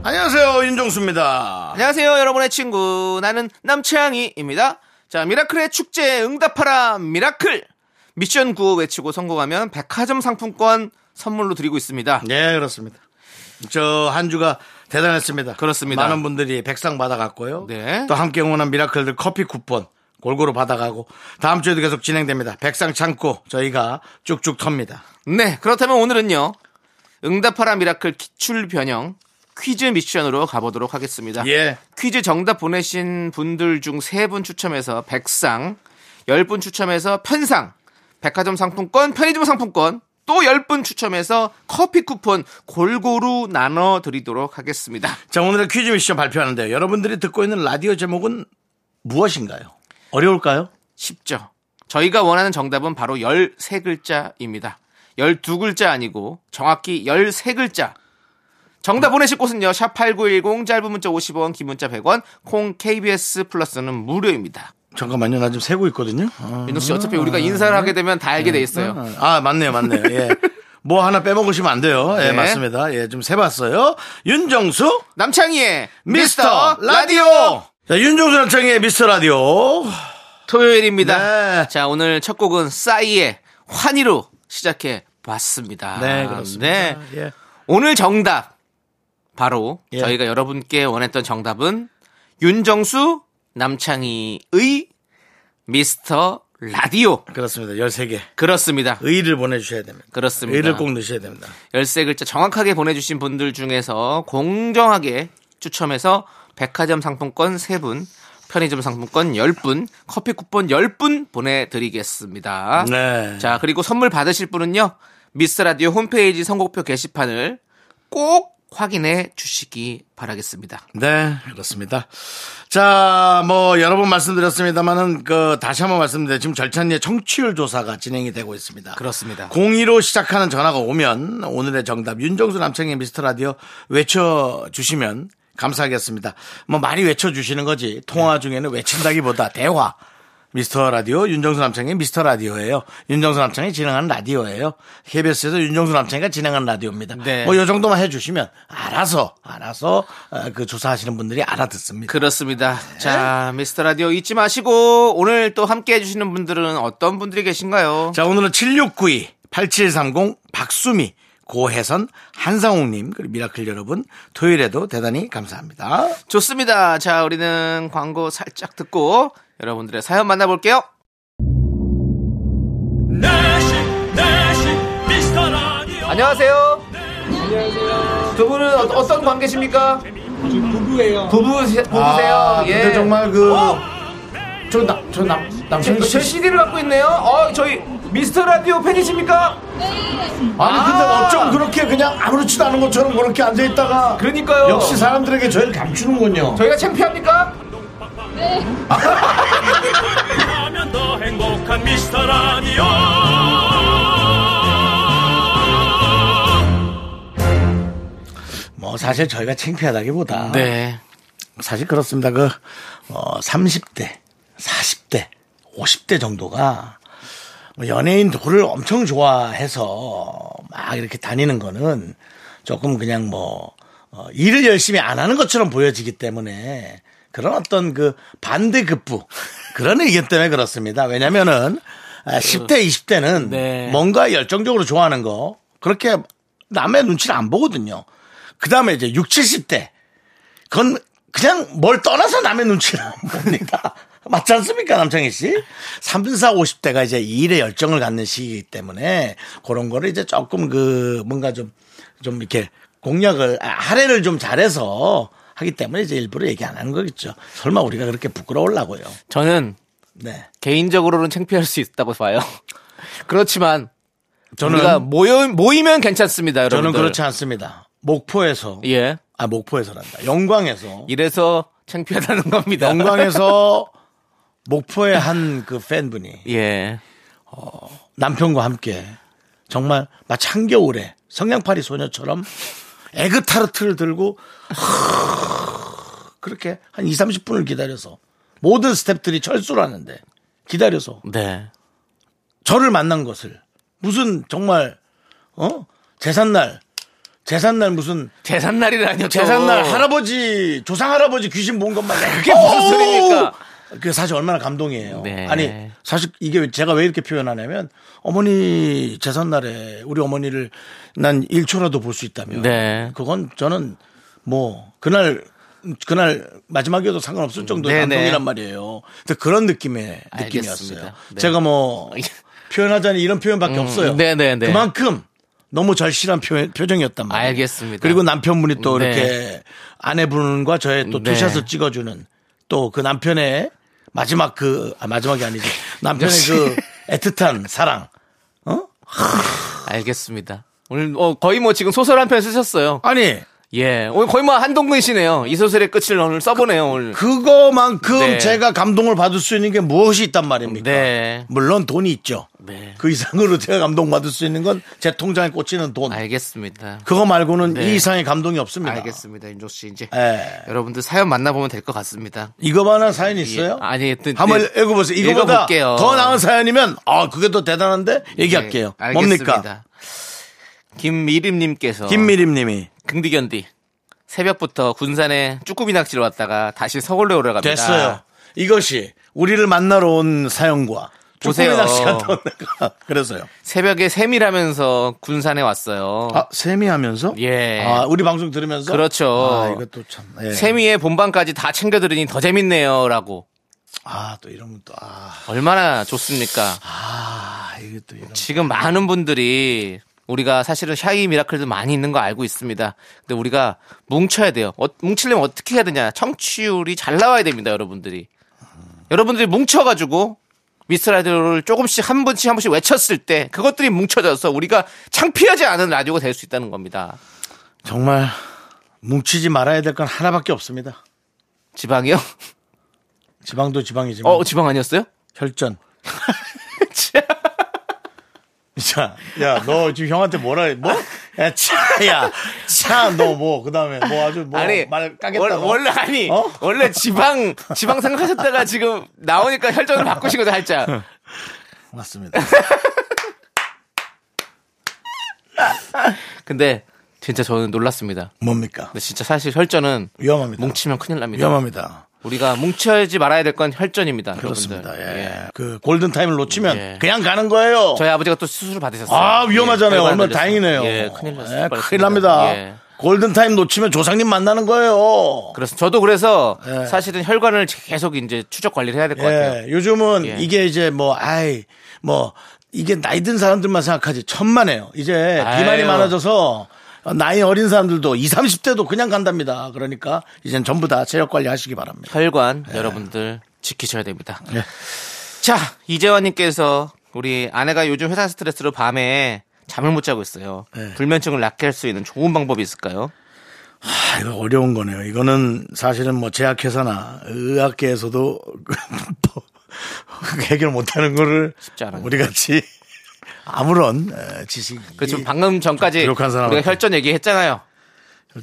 안녕하세요 윤정수입니다. 안녕하세요, 여러분의 친구. 나는 남채양이입니다. 자, 미라클의 축제에 응답하라, 미라클! 미션 구호 외치고 성공하면 백화점 상품권 선물로 드리고 있습니다. 네 그렇습니다. 저 한 주가 대단했습니다. 그렇습니다. 네. 많은 분들이 백상 받아갔고요. 네. 또 함께 응원한 미라클들 커피 쿠폰 골고루 받아가고 다음 주에도 계속 진행됩니다. 백상 창고 저희가 쭉쭉 텁니다. 네, 그렇다면 오늘은요, 응답하라, 미라클 기출 변형 퀴즈 미션으로 가보도록 하겠습니다. 예. 퀴즈 정답 보내신 분들 중 세 분 추첨해서 백상, 열 분 추첨해서 편상, 백화점 상품권, 편의점 상품권, 또 열 분 추첨해서 커피 쿠폰 골고루 나눠 드리도록 하겠습니다. 자 오늘의 퀴즈 미션 발표하는데요. 여러분들이 듣고 있는 라디오 제목은 무엇인가요? 어려울까요? 쉽죠. 저희가 원하는 정답은 바로 13글자입니다. 12글자 아니고 정확히 13글자. 정답 보내실 곳은요. 샵8910 짧은 문자 50원, 긴 문자 100원, 콩 KBS 플러스는 무료입니다. 잠깐만요. 나 지금 세고 있거든요. 아. 민호 씨 어차피 우리가 인사를 하게 되면 다 알게 돼 있어요. 아, 맞네요, 맞네요. 예. 뭐 하나 빼먹으시면 안 돼요. 예, 네. 맞습니다. 예, 좀 세봤어요. 윤정수, 남창희의 미스터 라디오! 아, 자, 윤정수 남창의 미스터 라디오. 토요일입니다. 네. 자, 오늘 첫 곡은 싸이의 환희로 시작해 봤습니다. 네, 그렇습니다. 네. 예. 오늘 정답 바로 예. 저희가 여러분께 원했던 정답은 윤정수 남창희의 미스터 라디오 그렇습니다. 13개. 그렇습니다. 의의를 보내주셔야 됩니다. 그렇습니다. 의의를 꼭 넣으셔야 됩니다. 13글자 정확하게 보내주신 분들 중에서 공정하게 추첨해서 백화점 상품권 3분, 편의점 상품권 10분, 커피 쿠폰 10분 보내드리겠습니다. 네. 자, 그리고 선물 받으실 분은요, 미스라디오 홈페이지 선곡표 게시판을 꼭 확인해 주시기 바라겠습니다. 네, 그렇습니다. 자, 뭐, 여러 번 말씀드렸습니다만은, 그, 다시 한번 말씀드려요. 지금 절찬리에 청취율 조사가 진행이 되고 있습니다. 그렇습니다. 02로 시작하는 전화가 오면 오늘의 정답 윤정수 남창의 미스터 라디오 외쳐주시면 감사하겠습니다. 뭐 많이 외쳐주시는 거지 네. 통화 중에는 외친다기보다 대화. 미스터 라디오 윤정수 남창의 미스터 라디오예요. 윤정수 남창이 진행하는 라디오예요. KBS에서 윤정수 남창이가 진행하는 라디오입니다. 네. 뭐 요 정도만 해주시면 알아서 알아서 어, 그 조사하시는 분들이 알아듣습니다. 그렇습니다. 자, 미스터 라디오 잊지 마시고, 오늘 또 함께 해주시는 분들은 어떤 분들이 계신가요? 자, 오늘은 7692, 8730, 박수미, 고혜선, 한상욱님, 그리고 미라클 여러분, 토요일에도 대단히 감사합니다. 좋습니다. 자, 우리는 광고 살짝 듣고 여러분들의 사연 만나볼게요. 내시 내시 미스터 라디오 안녕하세요. 안녕하세요. 두 분은 어, 떤 관계십니까? 부부예요. 부부, 부부세요. 예. 그, 저, 나, 저 남, 제, 남친 제 CD를 갖고 있네요. 어, 저희 미스터 라디오 팬이십니까? 아니, 근데 어쩜 그렇게 그냥 아무렇지도 않은 것처럼 그렇게 앉아있다가. 그러니까요. 사람들에게 저희를 감추는군요. 저희가 창피합니까? 하면 더 행복한 미스터 라디오 뭐, 사실 저희가 창피하다기보다. 네. 사실 그렇습니다. 그, 어, 30대, 40대, 50대 정도가 뭐 연예인 도를 엄청 좋아해서 막 이렇게 다니는 거는 조금 그냥 뭐, 어, 일을 열심히 안 하는 것처럼 보여지기 때문에 그런 어떤 그 반대급부 그런 의견 때문에 그렇습니다. 왜냐면은 아, 10대, 20대는 네. 뭔가 열정적으로 좋아하는 거 그렇게 남의 눈치를 안 보거든요. 그 다음에 이제 60, 70대 그건 그냥 뭘 떠나서 남의 눈치를 봅니다. 맞지 않습니까, 남창희 씨? 34, 50대가 이제 이 일에 열정을 갖는 시기이기 때문에 그런 거를 이제 조금 그 뭔가 좀, 좀 이렇게 공략을, 아, 할애를 좀 잘해서 하기 때문에 이제 일부러 얘기 안 하는 거겠죠. 설마 우리가 그렇게 부끄러울라고요. 저는 네. 개인적으로는 창피할 수 있다고 봐요. 그렇지만 저는, 우리가 모여, 모이면 괜찮습니다, 여러분. 저는 그렇지 않습니다. 목포에서. 예. 아, 목포에서란다. 영광에서. 이래서 창피하다는 겁니다. 영광에서 목포의 한 그 팬분이 예. 남편과 함께 정말 마치 한겨울에 성냥팔이 소녀처럼 에그타르트를 들고 그렇게 한 2, 30분을 기다려서 모든 스탭들이 철수를 하는데 기다려서 네. 저를 만난 것을 무슨 정말 어? 재산날 재산날 무슨 재산날이라뇨. 또. 재산날 할아버지 조상 할아버지 귀신 본 것만 그게 무슨 소리입니까? 그게 사실 얼마나 감동이에요. 네. 아니 사실 이게 왜- 제가 왜 이렇게 표현하냐면 어머니 재산날에 우리 어머니를 난 1초라도 볼 수 있다면 네. 그건 저는 뭐 그날 그날 마지막이어도 상관없을 정도의 네, 네. 감동이란 말이에요. 근데 그런 느낌의 느낌이었어요. 알겠습니다. 네. 제가 뭐 표현하자니 이런 표현밖에 없어요. 네, 네, 네. 그만큼 너무 절실한 표- 표정이었단 말이에요. 알겠습니다. 그리고 남편분이 또 네. 이렇게 아내분과 저의 또 네. 투샷을 찍어주는 또 그 남편의 마지막 그 아, 마지막이 아니죠 남편의 역시. 그 애틋한 사랑 알겠습니다. 오늘 어, 거의 뭐 지금 소설 한 편 쓰셨어요. 아니 예. 오늘 거의 뭐 한동근 씨네요. 이 소설의 끝을 오늘 써보네요, 오늘. 그, 그거만큼 네. 제가 감동을 받을 수 있는 게 무엇이 있단 말입니까? 네. 물론 돈이 있죠. 네. 그 이상으로 제가 감동 받을 수 있는 건 제 통장에 꽂히는 돈. 알겠습니다. 그거 말고는 네. 이 이상의 감동이 없습니다. 알겠습니다, 윤종 씨. 이제 예. 여러분들 사연 만나보면 될 것 같습니다. 이거만한 사연이 있어요? 예. 아니, 또- 한번 네. 읽어보세요. 이거보다 읽어볼게요. 더 나은 사연이면 아 그게 더 대단한데 얘기할게요. 네, 뭡니까? 알겠습니다. 어. 김미림님께서 김미림님이 긍디견디 새벽부터 군산에 쭈꾸미 낚시를 왔다가 다시 서울로 올라갑니다. 됐어요. 이것이 우리를 만나러 온 사연과 보세요. 조세미나 씨가 떠가 그래서요. 새벽에 세밀하면서 군산에 왔어요. 아 세미하면서? 예. 아 우리 방송 들으면서? 그렇죠. 아 이것도 참. 예. 세미의 본방까지 다 챙겨 들으니 더 재밌네요라고 아또 이런 것도 아, 얼마나 좋습니까? 아 이게 또 이런. 지금 많은 분들이 우리가 사실은 샤이 미라클도 많이 있는 거 알고 있습니다. 근데 우리가 뭉쳐야 돼요. 어, 뭉치려면 어떻게 해야 되냐? 청취율이 잘 나와야 됩니다, 여러분들이. 여러분들이 뭉쳐가지고 미스 라디오를 조금씩 한 번씩 한 번씩 외쳤을 때 그것들이 뭉쳐져서 우리가 창피하지 않은 라디오가 될 수 있다는 겁니다. 정말 뭉치지 말아야 될 건 하나밖에 없습니다. 지방이요? 음. 지방도 지방이지만 어, 지방 아니었어요? 혈전. 자, 야, 너 지금 형한테 뭐라, 해? 뭐? 야, 차, 야, 차, 너 뭐, 그 다음에 뭐 아주 뭐, 말 까겠다. 원- 너. 원래 아니 어? 원래 지방 지방 생각하셨다가 지금 나오니까 혈전을 바꾸신 거죠 살짝 맞습니다. 근데 진짜 저는 놀랐습니다. 뭡니까? 근데 진짜 사실 혈전은 위험합니다. 뭉치면 큰일 납니다. 위험합니다. 우리가 뭉쳐야지 말아야 될 건 혈전입니다. 그렇습니다. 여러분들. 예. 그 골든 타임을 놓치면 예. 그냥 가는 거예요. 저희 아버지가 또 수술을 받으셨어요. 아, 위험하잖아요. 예, 얼마나 혈관 다행이네요. 예, 큰일 났어요. 예, 큰일 납니다. 골든 타임 놓치면 조상님 만나는 거예요. 그래서 저도 그래서 예. 사실은 혈관을 계속 이제 추적 관리를 해야 될 것 같아요. 예, 요즘은 예. 이게 이제 뭐, 아이, 뭐, 이게 나이 든 사람들만 생각하지. 천만에요. 이제 아유. 비만이 많아져서 나이 어린 사람들도 20, 30대도 그냥 간답니다. 그러니까 이젠 전부 다 체력 관리 하시기 바랍니다. 혈관 여러분들 지키셔야 됩니다. 예. 자, 이재환님께서 우리 아내가 요즘 회사 스트레스로 밤에 잠을 못 자고 있어요. 네. 불면증을 낫게 할 수 있는 좋은 방법이 있을까요? 아, 이거 어려운 거네요. 이거는 사실은 뭐 제약회사나 의학계에서도 해결 못 하는 거를 쉽지 않아요. 우리 같이 아무런 에, 지식이 그 지금 방금 전까지 비록한 사람한테. 우리가 혈전 얘기했잖아요.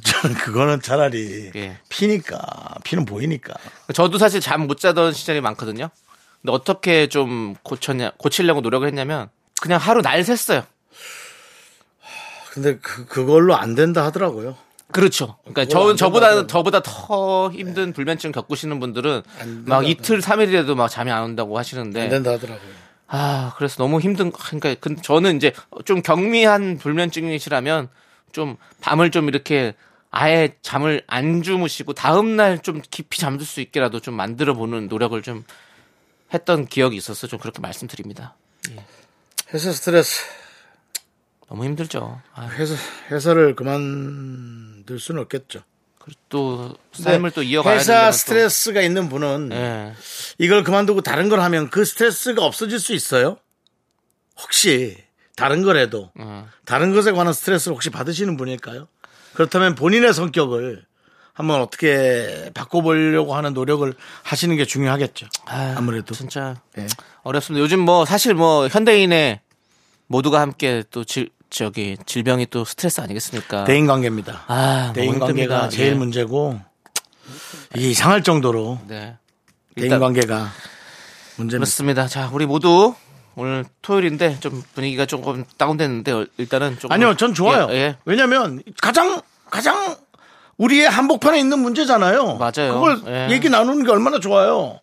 저는 그거는 차라리 예. 피니까 피는 보이니까 저도 사실 잠 못 자던 시절이 많거든요. 근데 어떻게 좀 고쳤냐, 고치려고 노력을 했냐면 그냥 하루 날 샜어요. 근데 그, 그걸로 안 된다 하더라고요. 그렇죠. 그러니까 저 저보다 저보다 더 힘든 불면증 겪으시는 분들은 막 이틀 삼일이라도막 잠이 안 온다고 하시는데 안 된다 하더라고요. 아, 그래서 너무 힘든, 그러니까, 근 저는 이제 좀 경미한 불면증이시라면 좀 밤을 좀 이렇게 아예 잠을 안 주무시고 다음날 좀 깊이 잠들 수 있게라도 좀 만들어 보는 노력을 좀 했던 기억이 있어서 좀 그렇게 말씀드립니다. 회사 스트레스. 너무 힘들죠. 아, 회사, 회사를 그만둘 수는 없겠죠. 그리고 또 삶을 또 이어가야 네. 회사 되는 스트레스가 있는 분은 예. 이걸 그만두고 다른 걸 하면 그 스트레스가 없어질 수 있어요? 혹시 다른 걸 해도 예. 다른 것에 관한 스트레스를 혹시 받으시는 분일까요? 그렇다면 본인의 성격을 한번 어떻게 바꿔보려고 하는 노력을 하시는 게 중요하겠죠. 아유, 아무래도. 진짜 예. 어렵습니다. 요즘 뭐 사실 뭐 현대인의 모두가 함께 또 질, 저기 질병이 또 스트레스 아니겠습니까? 대인 관계입니다. 아, 대인 너무 힘듭니다. 관계가 제일 예. 문제고 이게 이상할 정도로 네. 대인 일단 관계가 문제입니다. 그렇습니다. 자, 우리 모두 오늘 토요일인데 좀 분위기가 조금 다운됐는데 어, 일단은 조금 아니요, 전 좋아요. 예, 예. 왜냐면 가장 가장 우리의 한복판에 있는 문제잖아요. 맞아요. 그걸 예. 얘기 나누는 게 얼마나 좋아요.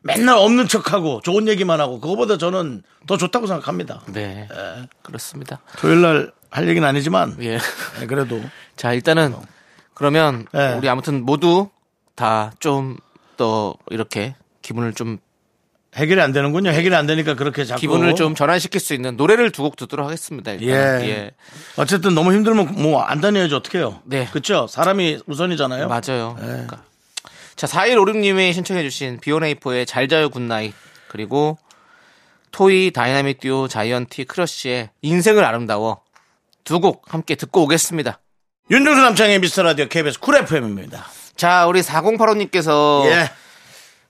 맨날 없는 척하고 좋은 얘기만 하고 그거보다 저는 더 좋다고 생각합니다. 네. 그렇습니다. 토요일 날 할 얘기는 아니지만 예. 예, 그래도 자, 일단은 어. 그러면 예. 우리 아무튼 모두 다 좀 더 이렇게 기분을 좀 해결이 안 되는군요. 해결이 안 되니까 그렇게 자꾸 기분을 좀 전환시킬 수 있는 노래를 두 곡 듣도록 하겠습니다. 예. 일단. 어쨌든 너무 힘들면 뭐 안 다녀야지 어떡해요. 네. 그렇죠? 사람이 우선이잖아요. 맞아요. 네. 그러니까. 자, 4156님이 신청해주신 비오네이포의 잘 자요 굿나잇. 그리고 토이 다이나믹 듀오 자이언티 크러쉬의 인생을 아름다워. 두 곡 함께 듣고 오겠습니다. 윤정수 남창의 미스터 라디오 KBS 쿨 FM입니다. 자, 우리 4085님께서 예.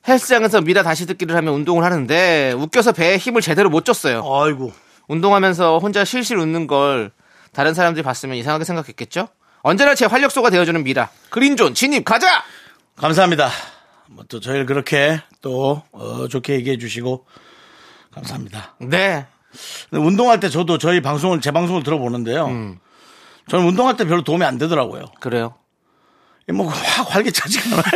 헬스장에서 미라 다시 듣기를 하며 운동을 하는데 웃겨서 배에 힘을 제대로 못 줬어요. 아이고. 운동하면서 혼자 실실 웃는 걸 다른 사람들이 봤으면 이상하게 생각했겠죠? 언제나 제 활력소가 되어주는 미라. 그린존 진입 가자! 감사합니다. 뭐 또 저희를 그렇게 또 어, 좋게 얘기해 주시고 감사합니다. 네. 근데 운동할 때 저도 저희 방송을 제 방송을 들어보는데요. 저는 운동할 때 별로 도움이 안 되더라고요. 그래요. 뭐확 활기차지가 않아요.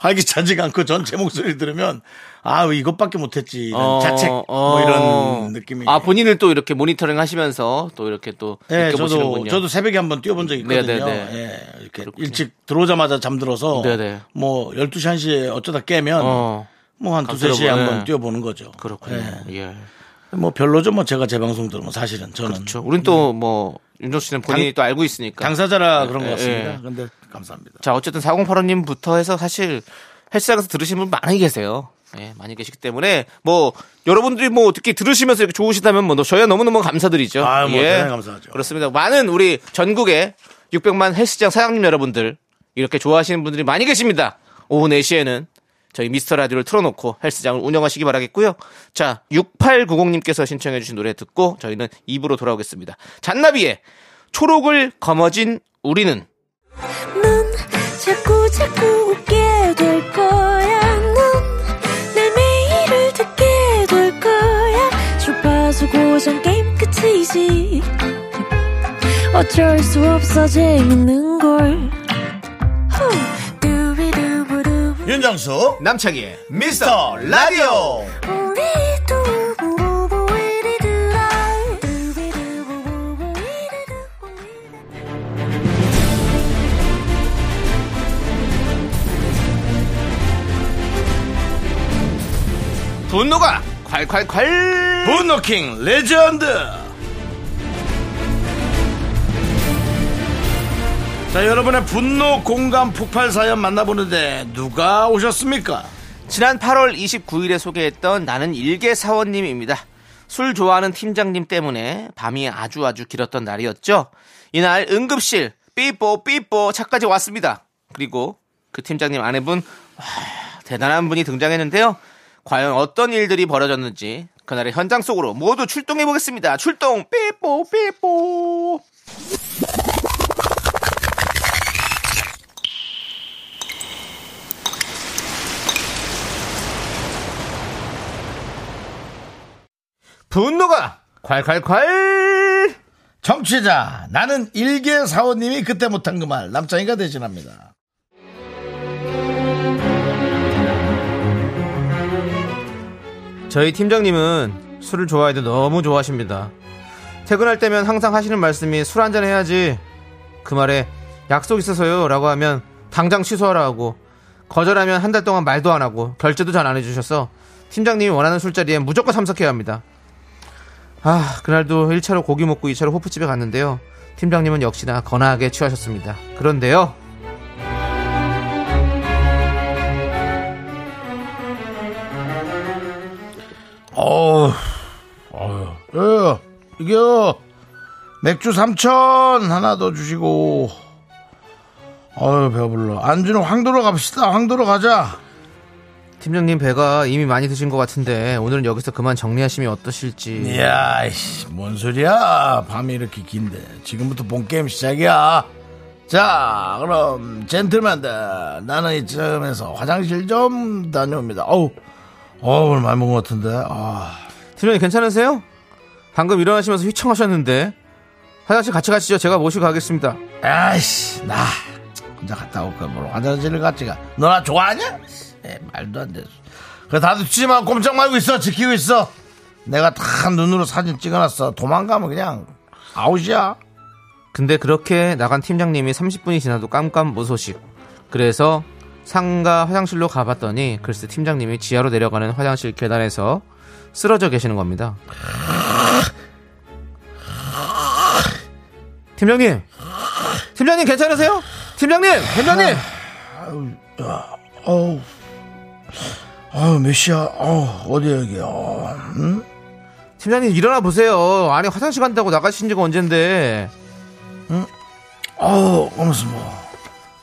활기차지가 않고 전 제 목소리 들으면 아 이것밖에 못했지 이런 어, 자책 뭐 어. 이런 느낌이. 아 본인을 또 이렇게 모니터링 하시면서 또 이렇게 또 네, 저도 느껴보시는군요. 저도 새벽에 한번 뛰어본 적이 있거든요. 네, 네, 네. 예, 이렇게 일찍 들어오자마자 잠들어서 네, 네. 뭐 12시 1시에 어쩌다 깨면 어 뭐 한 두세 가끔 시에 들어보네. 한번 뛰어보는 거죠. 그렇군요. 예. 예. 뭐 별로죠. 뭐 제가 제 방송 들으면 사실은 저는 그렇죠. 우린 또 뭐 윤정 씨는 본인이 당- 또 알고 있으니까. 당사자라 그런 예, 것 같습니다. 예. 근데 감사합니다. 자 어쨌든 4085님부터 해서 사실 헬스장에서 들으신 분 많이 계세요. 예, 많이 계시기 때문에 뭐 여러분들이 뭐 어떻게 들으시면서 이렇게 좋으시다면 뭐 저희가 너무너무 감사드리죠. 아, 뭐 예. 대단히 감사하죠. 그렇습니다. 많은 우리 전국의 600만 헬스장 사장님 여러분들 이렇게 좋아하시는 분들이 많이 계십니다. 오후 4시에는 저희 미스터 라디오를 틀어놓고 헬스장을 운영하시기 바라겠고요. 자, 6890님께서 신청해주신 노래 듣고 저희는 입으로 돌아오겠습니다. 잔나비의 초록을 거머쥔 우리는 넌 자꾸 자꾸 웃게 될 거야. 넌내 매일을 듣게 될 거야. 주파수 고정 게임 끝이지. 어쩔 수 없어 재밌는 걸. 후. 두비두부두. 윤정수 남창희의 미스터 라디오 우리 두부부부 우리들아. 두비두부부부 우리들아. 분노가 콸콸콸 분노킹 레전드 자 여러분의 분노 공감 폭발 사연 만나보는데 누가 오셨습니까? 지난 8월 29일에 소개했던 나는 일개 사원님입니다. 술 좋아하는 팀장님 때문에 밤이 아주 아주 길었던 날이었죠. 이날 응급실 삐뽀 삐뽀 차까지 왔습니다. 그리고 그 팀장님 아내분 와, 대단한 분이 등장했는데요. 과연 어떤 일들이 벌어졌는지 그날의 현장 속으로 모두 출동해 보겠습니다. 출동 삐뽀 삐뽀. 분노가 콸콸콸. 정취자 나는 일개 사원님이 그때 못한 그 말 남창이가 대신합니다. 저희 팀장님은 술을 좋아해도 너무 좋아하십니다. 퇴근할 때면 항상 하시는 말씀이 술 한잔 해야지. 그 말에 약속 있어서요 라고 하면 당장 취소하라 하고 거절하면 한 달 동안 말도 안 하고 결제도 잘 안 해주셔서 팀장님이 원하는 술자리에 무조건 참석해야 합니다. 아 그날도 1차로 고기 먹고 2차로 호프집에 갔는데요. 팀장님은 역시나 거나하게 취하셨습니다. 그런데요. 어우, 어휴, 예, 이게요. 맥주 삼천 하나 더 주시고. 어유 배불러. 안주는 황도로 갑시다. 황도로 가자. 팀장님 배가 이미 많이 드신 것 같은데 오늘은 여기서 그만 정리하시면 어떠실지. 네. 이야, 이씨, 뭔 소리야. 밤이 이렇게 긴데. 지금부터 본게임 시작이야. 자, 그럼, 젠틀맨들. 나는 이쯤에서 화장실 좀 다녀옵니다. 어우, 어우, 오늘 많이 먹은 것 같은데. 아, 팀장님 괜찮으세요? 방금 일어나시면서 휘청하셨는데 화장실 같이 가시죠. 제가 모시고 가겠습니다. 아이씨, 나. 혼자 갔다 올까, 뭘 화장실을 같이 가. 너 나 좋아하냐? 에, 말도 안 돼. 그래, 다들 치지 마. 꼼짝 말고 있어. 지키고 있어. 내가 다 눈으로 사진 찍어놨어. 도망가면 그냥 아웃이야. 근데 그렇게 나간 팀장님이 30분이 지나도 깜깜 무소식. 그래서 상가 화장실로 가봤더니 글쎄 팀장님이 지하로 내려가는 화장실 계단에서 쓰러져 계시는 겁니다. 팀장님, 팀장님 괜찮으세요? 팀장님, 팀장님. 어우, 어우, 몇 시야? 어우, 어디야, 여기? 어, 응? 팀장님 일어나 보세요. 아니 화장실 간다고 나가신 지가 언젠데. 어우, 어머스, 뭐.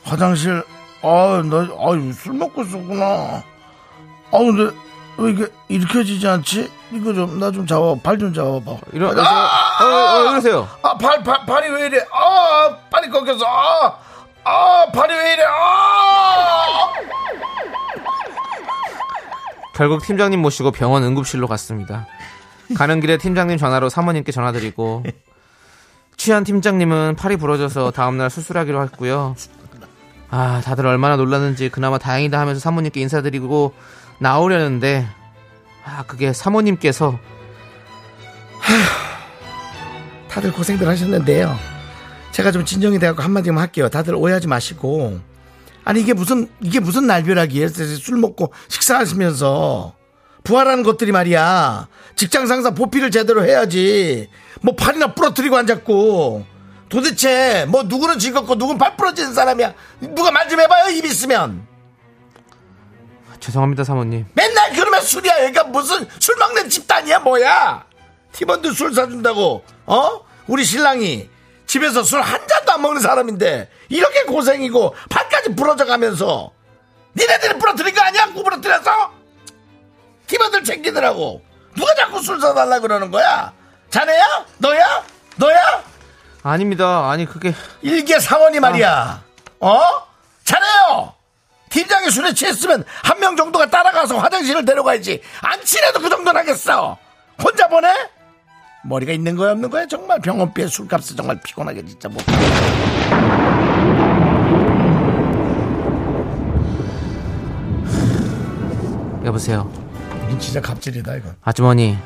화장실, 아유, 나, 아유, 술 먹고 있었구나. 아우, 근데, 왜 이게, 일으켜지지 않지? 이거 좀, 나 좀 잡아, 발 좀 잡아봐. 일어, 일어, 어, 어, 이러세요. 아, 발, 발, 발이 왜 이래? 아, 발이 꺾였어. 아, 아, 발이 왜 이래? 아! 결국 팀장님 모시고 병원 응급실로 갔습니다. 가는 길에 팀장님 전화로 사모님께 전화드리고 취한 팀장님은 팔이 부러져서 다음날 수술하기로 했고요. 아 다들 얼마나 놀랐는지 그나마 다행이다 하면서 사모님께 인사드리고 나오려는데 아 그게 사모님께서 다들 고생들 하셨는데요. 제가 좀 진정이 돼갖고 한마디만 할게요. 다들 오해하지 마시고. 아니, 이게 무슨, 이게 무슨 날벼락이에요? 술 먹고 식사하시면서. 부활하는 것들이 말이야. 직장 상사 보필을 제대로 해야지. 뭐 팔이나 부러뜨리고 앉았고. 도대체, 뭐 누구는 즐겁고 누군 발 부러지는 사람이야. 누가 말 좀 해봐요, 입 있으면. 죄송합니다 사모님 맨날 그러면 술이야. 그러니까 무슨 술 먹는 집단이야, 뭐야? 팀원들 술 사준다고, 어? 우리 신랑이 집에서 술 한 잔도 안 먹는 사람인데, 이렇게 고생이고, 팔까지 부러져 가면서, 니네들이 부러뜨린 거 아니야? 구부러뜨려서? 팀원들 챙기더라고. 누가 자꾸 술 사달라 그러는 거야? 자네야? 너야? 너야? 아닙니다 아니 그게 일개 사원이 말이야. 어? 잘해요. 팀장이 술에 취했으면 한 명 정도가 따라가서 화장실을 데려가야지. 안 친해도 그 정도는 하겠어. 혼자 보내? 머리가 있는 거야 없는 거야? 정말 병원비에 술값을 정말 피곤하게 진짜 뭐. 못. 여보세요 이건 진짜 갑질이다 이건. 아주머니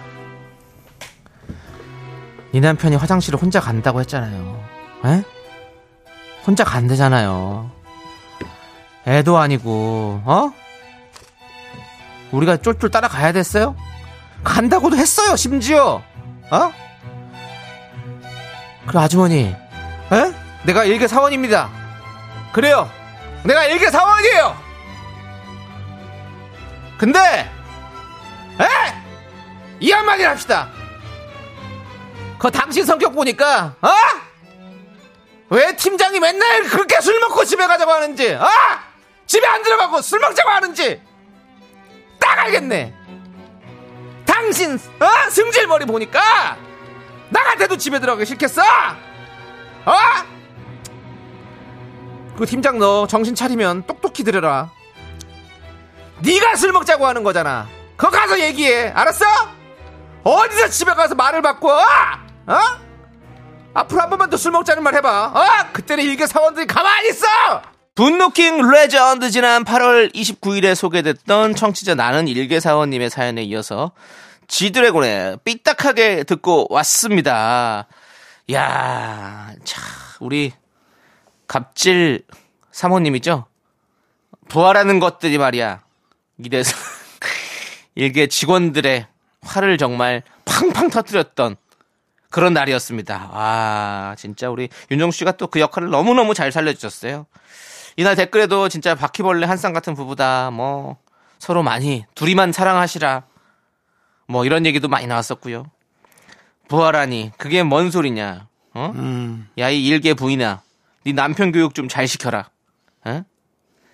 네 남편이 화장실을 혼자 간다고 했잖아요 에? 혼자 간대잖아요 애도 아니고 어? 우리가 쫄쫄 따라가야 됐어요? 간다고도 했어요 심지어 어? 그리고 아주머니 에? 내가 일개 사원입니다 그래요 내가 일개 사원이에요 근데 에? 이 한마디를 합시다. 그 당신 성격 보니까, 어? 왜 팀장이 맨날 그렇게 술 먹고 집에 가자고 하는지, 어? 집에 안 들어가고 술 먹자고 하는지, 딱 알겠네. 당신, 어? 승질머리 보니까, 나갈 때도 집에 들어가기 싫겠어? 어? 그 팀장 너 정신 차리면 똑똑히 들으라. 네가 술 먹자고 하는 거잖아. 거 가서 얘기해. 알았어? 어디서 집에 가서 말을 바꿔? 어? 앞으로 한 번만 더 술 먹자는 말 해봐. 어? 그때는 일개 사원들이 가만히 있어. 분노킹 레전드 지난 8월 29일에 소개됐던 청취자 나는 일개 사원님의 사연에 이어서 지드래곤의 삐딱하게 듣고 왔습니다. 야, 참 우리 갑질 사모님이죠? 부활하는 것들이 말이야. 이래서 일개 직원들의 화를 정말 팡팡 터뜨렸던 그런 날이었습니다. 아, 진짜 우리 윤정 씨가 또 그 역할을 너무너무 잘 살려주셨어요. 이날 댓글에도 진짜 바퀴벌레 한 쌍 같은 부부다. 뭐, 서로 많이, 둘이만 사랑하시라. 뭐, 이런 얘기도 많이 나왔었고요. 부활하니, 그게 뭔 소리냐. 어? 야, 이 일개 부인아. 네 남편 교육 좀 잘 시켜라. 어?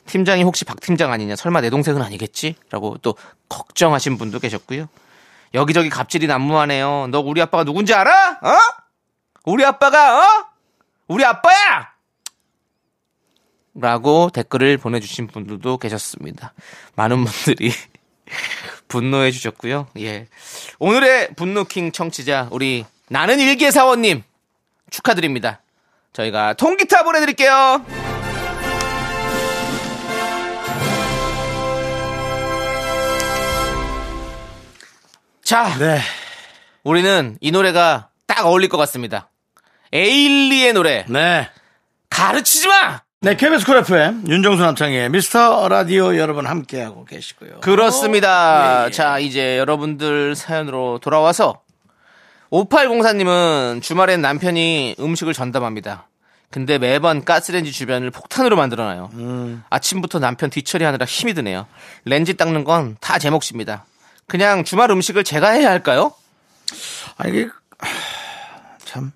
팀장이 혹시 박 팀장 아니냐? 설마 내 동생은 아니겠지? 라고 또 걱정하신 분도 계셨고요. 여기저기 갑질이 난무하네요. 너 우리 아빠가 누군지 알아? 어? 우리 아빠가 어? 우리 아빠야! 라고 댓글을 보내주신 분들도 계셨습니다. 많은 분들이 분노해 주셨고요. 예. 오늘의 분노킹 청취자 우리 나는 일개사원님 축하드립니다. 저희가 통기타 보내드릴게요. 자, 네. 우리는 이 노래가 딱 어울릴 것 같습니다. 에일리의 노래 네. 가르치지 마. 네, KBS 쿨 FM, 윤정수 남창의 미스터 라디오 여러분 함께하고 계시고요. 어, 예, 그렇습니다. 자, 이제 여러분들 사연으로 돌아와서 5804님은 주말엔 남편이 음식을 전담합니다. 근데 매번 가스레인지 주변을 폭탄으로 만들어놔요. 음. 아침부터 남편 뒤처리하느라 힘이 드네요. 렌지 닦는 건 다 제 몫입니다. 그냥 주말 음식을 제가 해야 할까요? 아니, 이게, 하, 참.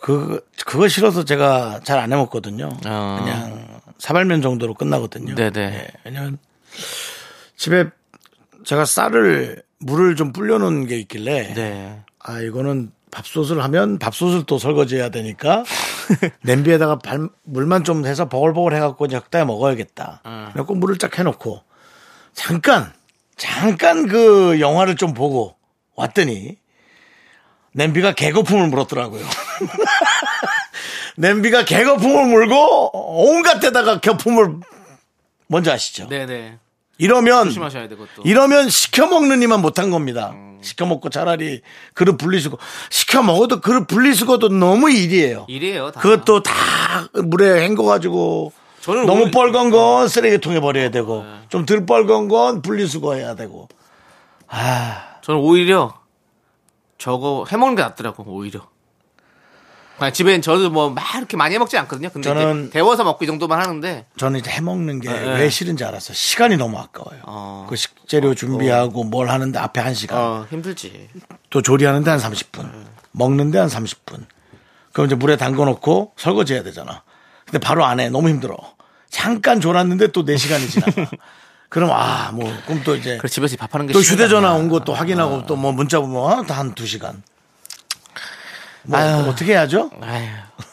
그, 그거 싫어서 제가 잘 안 해먹거든요. 어. 그냥 사발면 정도로 끝나거든요. 네네. 예, 왜냐면 집에 제가 쌀을, 물을 좀 불려놓은 게 있길래. 네. 아, 이거는 밥솥을 하면 밥솥을 또 설거지해야 되니까 냄비에다가 발- 물만 좀 해서 버글버글 해갖고 이제 적당히 먹어야겠다. 아. 그래갖고 물을 쫙 해놓고 잠깐, 잠깐 그 영화를 좀 보고 왔더니 냄비가 개거품을 물었더라고요. 냄비가 개거품을 물고 온갖 데다가 거품을 뭔지 아시죠? 네네. 이러면 조심하셔야 돼, 그것도. 이러면 시켜 먹는 이만 못한 겁니다. 음. 시켜 먹고 차라리 그릇 분리수거 시켜 먹어도 그릇 분리수거도 너무 일이에요. 일이에요, 다. 그것도 다 물에 헹궈가지고 저는 너무 오늘- 음. 네. 뻘건 건 쓰레기통에 버려야 되고 좀 덜 뻘건 건 분리수거해야 되고 저는 오히려 저거 해먹는 게 낫더라고, 오히려. 아, 집엔 저도 뭐 막 이렇게 많이 해먹지 않거든요. 근데 저는- 이제 데워서 먹고 이 정도만 하는데 저는 이제 해먹는 게 네. 왜 싫은지 알았어요. 시간이 너무 아까워요. 어. 그 식재료 준비하고 뭘 하는데 앞에 한 시간 어, 힘들지. 또 조리하는데 한 30분, 먹는데 한 30분. 그럼 이제 물에 담궈놓고 설거지해야 되잖아. 근데 바로 안 해. 너무 힘들어. 잠깐 졸았는데 또 4시간이 지나. 그럼 아, 뭐, 그럼 또 이제. 그래 집에서 밥하는 게 또 쉽지가 휴대전화 않아. 온 것도 확인하고 또 뭐 문자 보면 다 한 2시간. 뭐, 아유. 어떻게 해야죠? 아휴.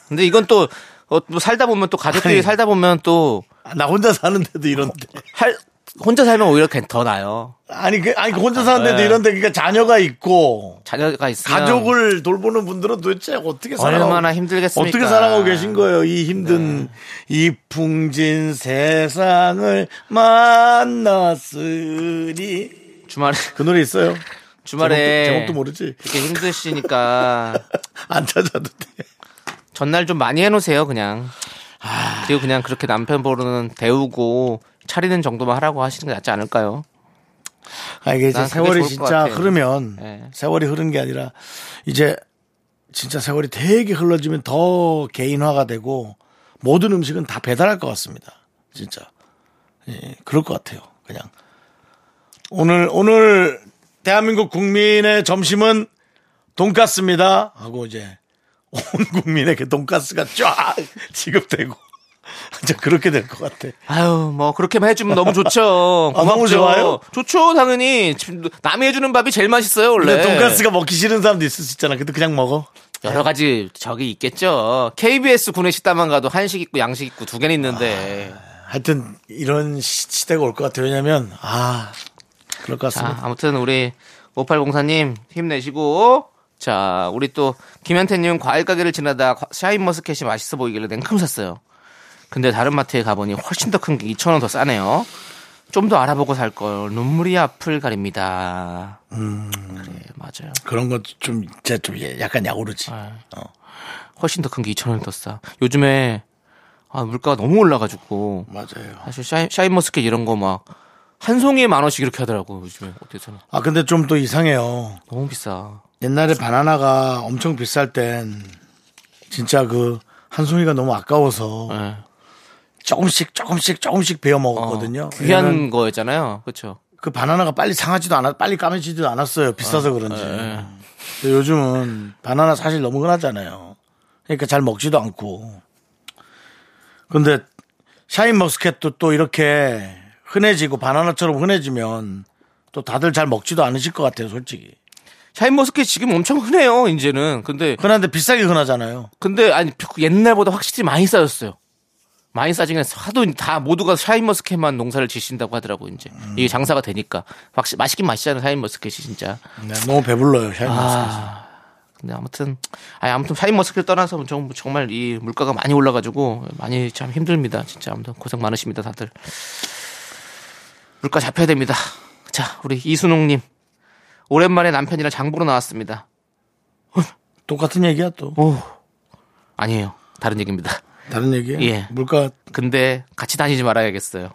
근데 이건 또, 어, 또 살다 보면 또 가족들이 아니. 살다 보면 또 나 혼자 사는데도 이런데. 할, 혼자 살면 오히려 괜- 더 나아요. 아니, 그, 아니, 그 혼자 사는데도 네. 이런데 그러니까 자녀가 있고. 자녀가 있으면 가족을 돌보는 분들은 도대체 어떻게 살아 얼마나 힘들겠습니까? 네. 어떻게 살아가고 계신 거예요? 이 힘든 이 풍진 세상을 만났으니 주말에 그 노래 있어요? 주말에 제목도, 제목도 모르지. 이렇게 힘드시니까 안 찾아도 돼. 전날 좀 많이 해놓으세요, 그냥. 아. 그리고 그냥 그렇게 남편 보러는 데우고 차리는 정도만 하라고 하시는 게 낫지 않을까요? 아 이게 이제 난 그게 세월이 좋을 것 진짜 같아요. 흐르면 네. 세월이 흐른 게 아니라 이제 진짜 세월이 되게 흘러지면 더 개인화가 되고 모든 음식은 다 배달할 것 같습니다. 진짜 예, 그럴 것 같아요. 그냥 오늘 오늘 대한민국 국민의 점심은 돈가스입니다 하고 이제 온 국민의 그 돈가스가 쫙 지급되고 진짜 그렇게 될 것 같아. 아유, 뭐 그렇게만 해주면 너무 좋죠. 아, 너무 고맙죠. 좋아요? 좋죠, 당연히. 지금 남이 해주는 밥이 제일 맛있어요, 원래. 근데 돈가스가 먹기 싫은 사람도 있을 수 있잖아. 근데 그냥 먹어. 여러 가지 적이 있겠죠. KBS 군의 식당만 가도 한식 있고 양식 있고 두 개는 있는데. 아. 하여튼 이런 시- 시대가 올 것 같아요. 왜냐면 아 그럴 것 자, 같습니다. 아무튼 우리 5804님 힘내시고. 자, 우리 또 김현태님 과일 가게를 지나다 과- 샤인머스켓이 맛있어 보이길래 냉큼 샀어요. 근데 다른 마트에 가보니 훨씬 더 큰 게 2,000원 더 싸네요. 좀 더 알아보고 살 걸 눈물이 앞을 가립니다. 음. 그래, 맞아요. 그런 것좀 진짜 좀 예, 약간 야오르지. 아. 어, 훨씬 더 큰 게 2,000원 더 싸. 요즘에 아, 물가가 너무 올라가지고 맞아요. 사실 샤인, 샤인머스켓 이런 거 막 한 송이에 만 원씩 이렇게 하더라고 요즘에 어때서는 아 근데 좀 또 이상해요. 너무 비싸. 옛날에 바나나가 엄청 비쌀 땐 진짜 그 한 송이가 너무 아까워서 예. 조금씩 조금씩 조금씩 베어 어, 먹었거든요. 귀한 왜냐면 거였잖아요, 그렇죠? 그 바나나가 빨리 상하지도 않아 빨리 까매지도 않았어요. 아, 비싸서 그런지. 예, 근데 요즘은 바나나 사실 너무 흔하잖아요. 그러니까 잘 먹지도 않고. 근데 샤인 머스켓도 또 이렇게 흔해지고 바나나처럼 흔해지면 또 다들 잘 먹지도 않으실 것 같아요, 솔직히. 샤인머스켓 지금 엄청 흔해요, 이제는. 근데, 흔한데 비싸게 흔하잖아요. 근데, 아니, 옛날보다 확실히 많이 싸졌어요. 많이 싸지긴 했어. 하도 다 모두가 샤인머스켓만 농사를 지신다고 하더라고, 이제. 음. 이게 장사가 되니까. 확실히 맛있긴 맛있잖아요, 샤인머스켓이 진짜. 네, 너무 배불러요, 샤인 머스켓. 아. 근데 아무튼, 아니, 아무튼 샤인머스켓 떠나서 정- 정말 이 물가가 많이 올라가지고 많이 참 힘듭니다. 진짜 아무튼 고생 많으십니다, 다들. 물가 잡혀야 됩니다. 자, 우리 이순옥님. 오랜만에 남편이랑 장보러 나왔습니다. 똑같은 얘기야, 또. 오. 아니에요. 다른 얘기입니다. 다른 얘기야. 예. 물가 근데 같이 다니지 말아야겠어요.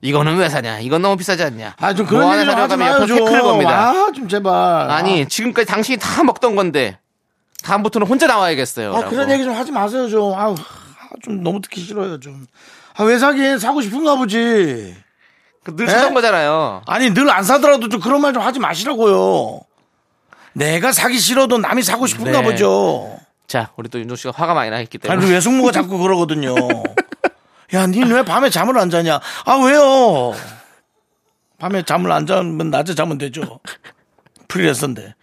이거는 왜 사냐? 이건 너무 비싸지 않냐? 아, 좀 뭐 그런 하나 얘기 좀 하지 사려고 하면 마요, 옆에서 좀. 태클을 겁니다. 아, 좀 제발. 아. 니 지금까지 당신이 다 먹던 건데 다음부터는 혼자 나와야겠어요. 아, 그런 라고. 얘기 좀 하지 마세요, 좀. 아, 좀 너무 듣기 싫어요, 좀. 아, 왜 사긴 사고 싶은가 보지. 그늘 에? 사던 거잖아요. 아니, 늘 안 사더라도 좀 그런 말 좀 하지 마시라고요. 내가 사기 싫어도 남이 사고 싶은가 네. 보죠. 자, 우리 또 윤종 씨가 화가 많이 나 있기 때문에 아니, 왜 숙모가 자꾸 그러거든요. 야, 니 왜 밤에 잠을 안 자냐? 아, 왜요? 밤에 잠을 안 자면 낮에 자면 되죠. 프리랜서인데.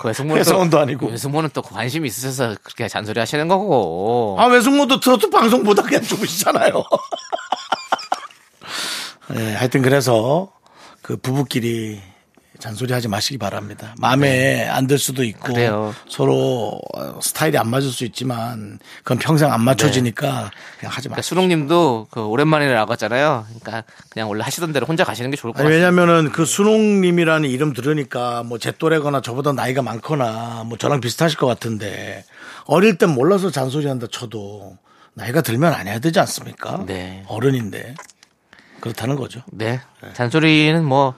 그 외숙모는 회사원도 아니고. 외숙모는 또 관심이 있으셔서 그렇게 잔소리 하시는 거고. 아, 외숙모도 트로트 방송보다 그냥 죽으시잖아요. 네, 하여튼 그래서 그 부부끼리 잔소리 하지 마시기 바랍니다. 마음에 안 들 수도 있고 네. 그래요. 서로 어, 스타일이 안 맞을 수 있지만 그건 평생 안 맞춰지니까 그냥 하지 그러니까 마세요. 수롱님도 그 오랜만에 나갔잖아요. 그러니까 그냥 원래 하시던 대로 혼자 가시는 게 좋을 것 아니, 같아요. 왜냐면은 그 순옥님이라는 이름 들으니까 뭐 제 또래거나 저보다 나이가 많거나 뭐 저랑 비슷하실 것 같은데 어릴 땐 몰라서 잔소리 한다 쳐도 나이가 들면 안 해야 되지 않습니까? 네. 어른인데. 그렇다는 거죠. 네. 잔소리는 뭐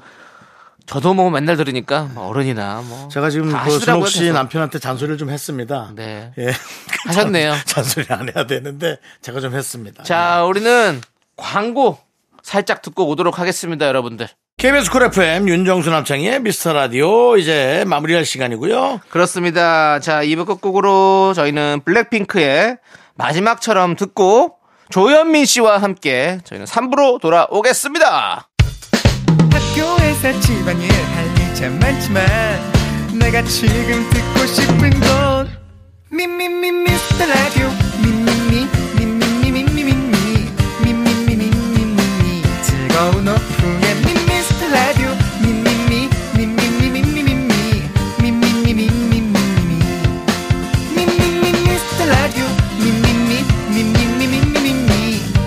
저도 뭐 맨날 들으니까 뭐 어른이나 뭐 제가 지금 다 그 하시더라고요, 순옥 씨 계속. 남편한테 잔소리를 좀 했습니다. 네. 예. 하셨네요. 잔소리 안 해야 되는데 제가 좀 했습니다. 자, 우리는 광고 살짝 듣고 오도록 하겠습니다, 여러분들. KBS 쿨 FM 윤정수 남창희의 미스터 라디오 이제 마무리할 시간이고요. 그렇습니다. 자, 2부 끝곡으로 저희는 블랙핑크의 마지막처럼 듣고 조현민 씨와 함께 저희는 3부로 돌아오겠습니다. 학교에서 집안일 할 일 참 많지만 내가 지금 듣고 싶은 건 미미미 미스터 라디오 미미미 미미미미미미 미미미미미미 즐거운 오후에 미스터 라디오 미미미 미미미미미미 미미미미미미 미미미 미스터 라디오 미미미 미미미미미미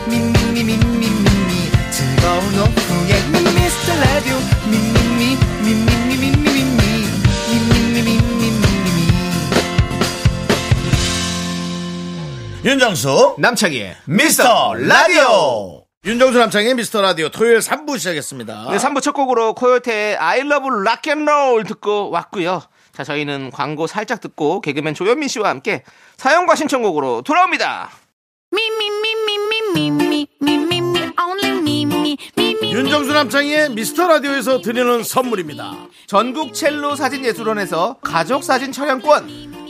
미미미미미미 즐거운 오후에 미스터 라디오 미미미 미미미미미미 미미미미미미 윤정수 남창희의 미스터 라디오 윤정수 남창의 미스터 라디오 토요일 3부 시작했습니다. 네, 3부 첫 곡으로 코요태의 I love rock and roll 듣고 왔고요. 자, 저희는 광고 살짝 듣고 개그맨 조현민 씨와 함께 사연과 신청곡으로 돌아옵니다. Me, me, me, me, me, me, me, me, me, me, only me, me, me, me. 윤정수 남창의 미스터 라디오에서 드리는 선물입니다. 전국 첼로 사진 예술원에서 가족 사진 촬영권,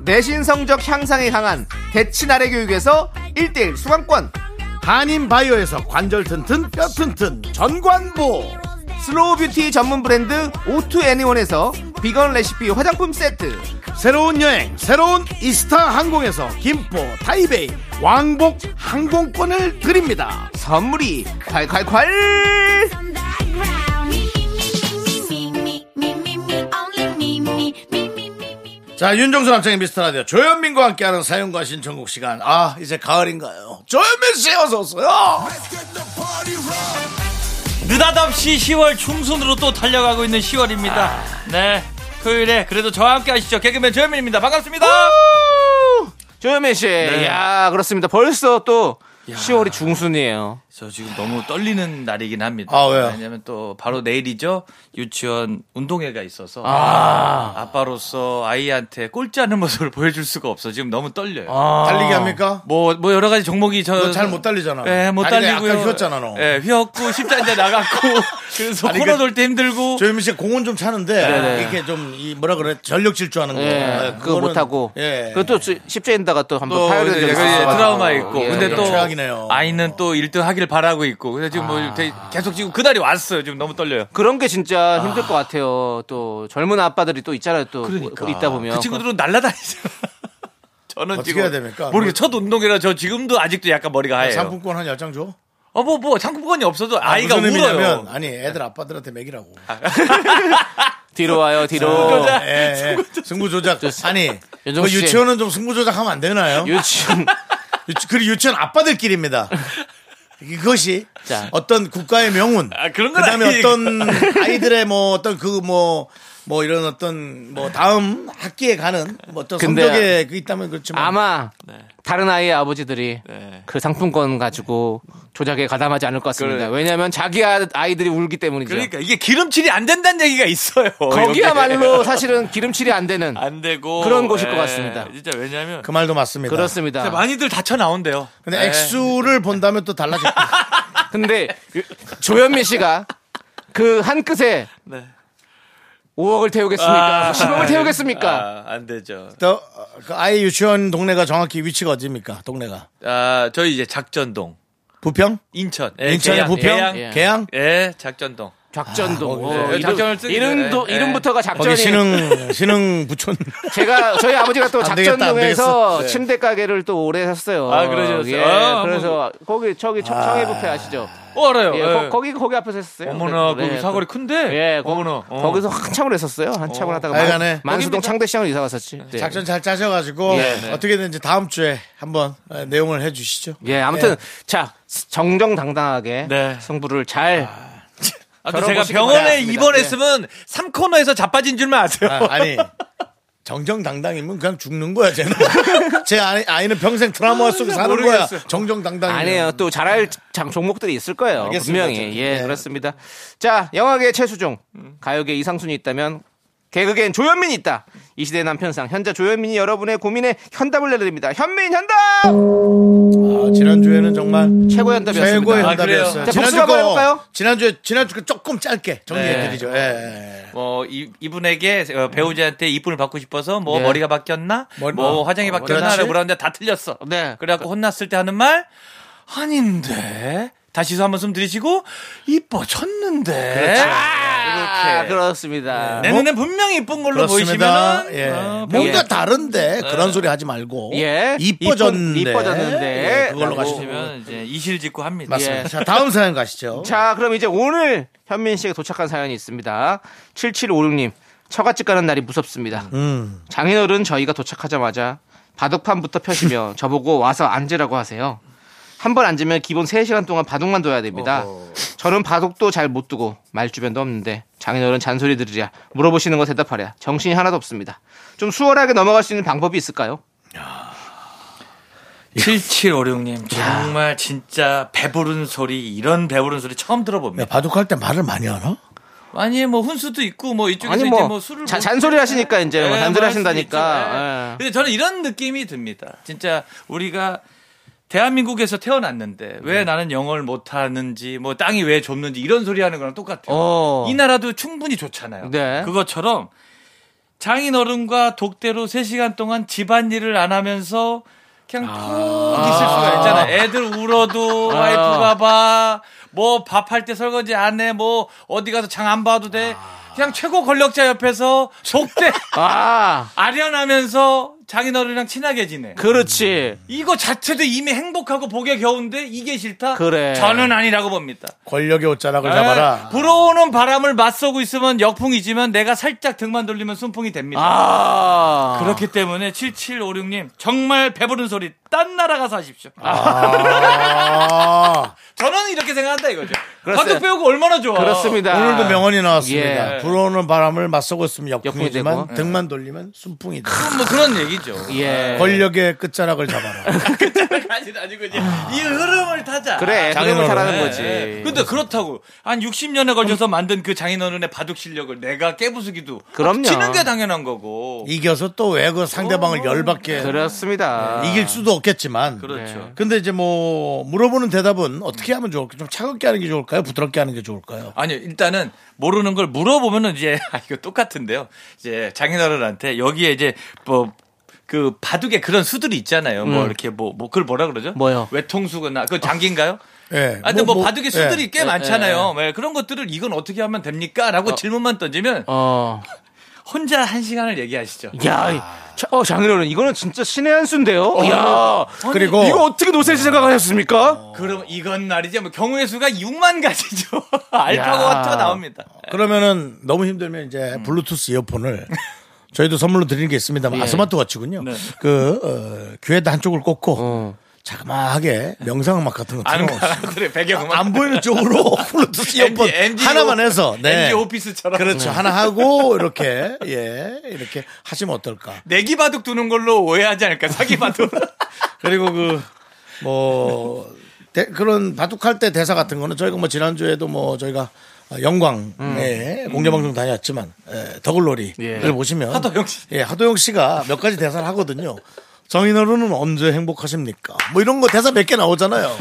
내신 성적 향상에 강한 대치 아래 교육에서 1대1 수강권, 한인 바이오에서 관절 튼튼 뼈 튼튼 전관보, 슬로우 뷰티 전문 브랜드 오투 애니원에서 비건 레시피 화장품 세트, 새로운 여행 새로운 이스타 항공에서 김포 타이베이 왕복 항공권을 드립니다 선물이 콸콸콸! On the ground. Me, me, me, me, me, me, me, me, me, only me, me, me, me, me, me. 자 윤정수 남창의 미스터라디오 조현민과 함께하는 사연과 신청곡 시간 아 이제 가을인가요 조현민씨 아. 어서오세요 느닷없이 10월 중순으로 또 달려가고 있는 10월입니다. 아. 네. 토요일에 그래도 저와 함께 하시죠. 개그맨 조현민입니다. 반갑습니다. 네. 조현민 씨, 야 그렇습니다. 벌써 또 10월이 중순이에요. 저 지금 너무 떨리는 날이긴 합니다. 아, 왜요? 왜냐면 또 바로 내일이죠. 유치원 운동회가 있어서 아. 빠로서 아이한테 꼴찌 하는 모습을 보여줄 수가 없어. 지금 너무 떨려요. 아. 달리기 합니까? 뭐, 뭐 여러 가지 종목이 저. 너 잘 못 달리잖아. 예, 못 다리가 달리고요. 약간 휘었잖아, 너. 예, 휘었고, 십자인대 나갔고, 그래서 아니, 코너 그- 돌 때 힘들고. 조현민 씨 공은 좀 차는데 이게 좀 이 뭐라 그래 전력 질주하는 거. 예, 예, 그거 그거는- 못하고. 예. 그것도 십자인다가 또 한번 또뭐 파열된 적이 이제 있어요. 약간 트라우마 있고 예, 근데 예. 또 최악이네요. 아이는 또 1등 하길 바라고 있고 근데 지금 아. 뭐 되게 계속 지금 그날이 왔어요 지금 너무 떨려요 그런 게 아. 진짜 힘들 것 같아요. 또 젊은 아빠들이 또 있잖아요. 또 있다 보면 그 친구들은 날라다니잖아 저는 어떻게 지금 해야 됩니까? 뭐 네, 모르겠어요 첫 운동이라 저 지금도 아직도 약간 머리가 하얘요 상품권 한 열 장 줘. 어, 뭐, 뭐, 상품권이 없어도 아, 아이가 무슨 울어요. 의미냐면 아니 애들 아빠들한테 먹이라고. 뒤로 아, 아. 와요. 뒤로. 예, 예. 승부조작. 아니 네. 윤종 그 씨. 유치원은 좀 승부조작하면 안 되나요? 유치원 유치- 그리고 유치원 아빠들끼리입니다. 이것이 자. 어떤 국가의 명운. 아, 그런 건 그다음에 아니에요. 어떤 아이들의 뭐 어떤 그 뭐 뭐 이런 어떤 뭐 다음 학기에 가는 뭐 어떤 근데 성적에 그 있다면 그렇지만 아마 네. 다른 아이의 아버지들이 그 상품권 가지고 조작에 가담하지 않을 것 같습니다. 그래. 왜냐하면 자기 아- 아이들이 울기 때문이죠. 그러니까 이게 기름칠이 안 된다는 얘기가 있어요. 거기야말로 이렇게. 사실은 기름칠이 안 되는 안 되고. 그런 곳일 것 예, 같습니다. 진짜 왜냐면. 그 말도 맞습니다. 진짜 그렇습니다. 많이들 다쳐 나온대요. 근데 액수를 본다면 또 달라질 거예요. 근데 조현민 씨가 그 한 끝에 네. 5억을 태우겠습니까? 10억을 태우겠습니까? 예. 아, 안 되죠. 또, 어, 그 아이 유치원 동네가 정확히 위치가 어디입니까? 동네가 아, 저희 이제 작전동. 부평? 인천. 인천의 부평? 예, 예. 계양? 작전동. 작전동. 아, 오, 예, 작전을 어, 이름, 쓰기 이름도, 전에. 예. 이름부터가 거기 작전이. 신흥 신흥 부촌. 제가 저희 아버지가 또 안 되겠다, 안 되겠어. 작전동에서 네. 침대 가게를 또 오래 했어요. 아, 그러셨어요? 예, 아, 그래서 거기 저기 청- 청해부페 아시죠? 어, 알아요. 예, 예. 거, 기 거기 앞에서 했어요. 어머나, 그래서, 거기 예, 사거리 그- 큰데? 예, 거, 어머나. 어. 기서 한참을 했었어요. 한참을 하다가 하여간에. 만, 수동 창대시장으로 이사 갔었지. 네. 작전 잘 짜셔가지고 어떻게든지 다음 주에 한번 어, 내용을 해주시죠. 예, 아무튼 자 정정당당하게 네. 승부를 잘 아, 또 저런 제가 곳이 병원에 네. 많습니다. 예. 입원했으면 3코너에서 자빠진 줄만 아세요. 아, 아니 정정당당이면 그냥 죽는 거야 쟤는. 제 아이, 아이는 평생 트라우마 속에 사는 거야. 정정당당이. 안해요. 또 잘할 장- 종목들이 있을 거예요. 네. 알겠습니다. 분명히 예, 네. 그렇습니다. 자 영화계 최수종, 가요계 이상순이 있다면 개그계엔 조현민이 있다. 이 시대의 남편상 현자 조현민이 여러분의 고민에 현답을 내드립니다. 현민 현답 아, 지난 주에는 정말 최고의 현답이었습니다. 최고의 아, 그래요? 현답이었어요. 자, 지난주 복수 한번 해볼까요? 지난주에 지난주 거 조금 짧게 정리해드리죠. 예, 예. 뭐 이, 이분에게 어, 배우자한테 이쁨을 받고 싶어서 뭐 네. 머리가 바뀌었나 머리- 뭐 어, 화장이 그렇지. 바뀌었나라고 물었는데 다 틀렸어. 네. 그래갖고 혼났을 때 하는 말 아닌데 다시 한번 숨 들이시고 이뻐졌는데 그렇죠. 아, 이렇게 그렇습니다. 네. 내 눈엔 분명히 이쁜 걸로 그렇습니다. 보이시면은 예. 어, 뭔가 다른데 그런 소리 하지 말고 예. 이뻐졌는데, 이뻐- 이뻐졌는데. 예, 그걸로 라고. 가시면 보시면 이제 이실직고 합니다. 맞습니다. 자 다음 사연 가시죠. 자, 그럼 이제 오늘 현민 씨에게 도착한 사연이 있습니다. 7756님, 처갓집 가는 날이 무섭습니다. 장인어른 저희가 도착하자마자 바둑판부터 펴시며 저보고 와서 앉으라고 하세요. 한 번 앉으면 기본 3시간 동안 바둑만 둬야 됩니다. 저는 바둑도 잘 못 두고 말주변도 없는데 장인어른 잔소리 들으랴 물어보시는 거 대답하랴 정신이 하나도 없습니다. 좀 수월하게 넘어갈 수 있는 방법이 있을까요? 예. 7756님 정말 진짜 배부른 소리 이런 배부른 소리 처음 야, 들어봅니다. 네, 바둑할 때 말을 많이 하나? 아니 뭐 훈수도 있고 뭐 이쪽에서 아니, 이제 뭐 뭐 술을 자- 먹- 잔소리 하시니까 이제 뭐 예, 잔소리 할 수도 하신다니까. 있죠. 예. 예. 근데 저는 이런 느낌이 듭니다. 진짜 우리가 대한민국에서 태어났는데 네. 왜 나는 영어를 못하는지 뭐 땅이 왜 좁는지 이런 소리 하는 거랑 똑같아요. 어. 이 나라도 충분히 좋잖아요. 네. 그것처럼 장인어른과 독대로 3시간 동안 집안일을 안 하면서 그냥 푹 있을 수가 있잖아요. 애들 울어도 와이프가 봐. 뭐 밥 할 때 설거지 안 해. 뭐 어디 가서 장 안 봐도 돼. 그냥 최고 권력자 옆에서 독대 아, 아련하면서 장인어른이랑 친하게 지내. 그렇지. 이거 자체도 이미 행복하고 복에 겨운데 이게 싫다? 그래. 저는 아니라고 봅니다. 권력의 옷자락을 에, 잡아라. 불어오는 바람을 맞서고 있으면 역풍이지만 내가 살짝 등만 돌리면 순풍이 됩니다. 아. 그렇기 때문에 7756님 정말 배부른 소리 딴 나라 가서 하십시오. 아, 저는 이렇게 생각한다 이거죠. 그렇습니다. 바둑 배우고 얼마나 좋아. 그렇습니다. 오늘도 명언이 나왔습니다. 예. 불어오는 바람을 맞서고 있으면 역풍이 역풍이지만 되고. 등만 돌리면 순풍이다. 뭐 그런 얘기죠. 아니죠. 예. 권력의 끝자락을 잡아라. 아니 아니고 이제 이 흐름을 타자. 그래, 장인어른. 그림을 타라는 예, 거지. 예. 근데 그렇다고 한 60년에 걸쳐서 만든 그 장인어른의 바둑 실력을 내가 깨부수기도 그럼요. 치는 게 당연한 거고. 이겨서 또 왜 그 상대방을 열받게 그렇습니다. 네, 이길 수도 없겠지만. 네. 그렇죠. 근데 이제 뭐 물어보는 대답은 어떻게 하면 좋을까? 좀 차갑게 하는 게 좋을까요? 부드럽게 하는 게 좋을까요? 아니요, 일단은 모르는 걸 물어보면은 이제, 아, 이거 똑같은데요. 이제 장인어른한테 여기에 이제 뭐, 그 바둑에 그런 수들이 있잖아요. 뭐 이렇게 뭐, 뭐, 그걸 뭐라 그러죠? 뭐요? 외통수거나, 그 장기인가요? 예. 아, 근데 뭐, 뭐, 뭐, 바둑에 수들이 꽤 많잖아요. 예, 그런 것들을 이건 어떻게 하면 됩니까? 라고 질문만 던지면 어. 혼자 한 시간을 얘기하시죠. 야, 이- 자- 어, 장인어른, 이거는 진짜 신의 한 수인데요? 야, 그리고- 이거 어떻게 노세지 생각하셨습니까? 그럼 이건 말이죠. 뭐 경우의 수가 6만 가지죠. 알파고가 나옵니다. 그러면은 너무 힘들면 이제 음. 블루투스 이어폰을 저희도 선물로 드리는 게 예. 있습니다만 아, 스마트 워치군요. 네. 그 어, 귀에다 한쪽을 꽂고 어. 자그마하게 명상음악 같은 거 아는 틀어놓으시고 사람들의 배경음악. 안 보이는 쪽으로 블루투스 이어폰 NG 하나만 해서 네. NG 오피스처럼. 그렇죠. 하나 하고 이렇게 예 이렇게 하시면 어떨까? 내기 바둑 두는 걸로 오해하지 않을까 사기 바둑 그리고 그 뭐 그런 바둑할 때 대사 같은 거는 저희가 뭐 지난주에도 뭐 저희가 영광 에 공개방송 다녔지만 에, 더글로리를 보시면 음. 예. 하도영 씨. 예, 하도영 씨가 몇 가지 대사를 하거든요. 정인어른은 언제 행복하십니까? 뭐 이런 거 대사 몇 개 나오잖아요.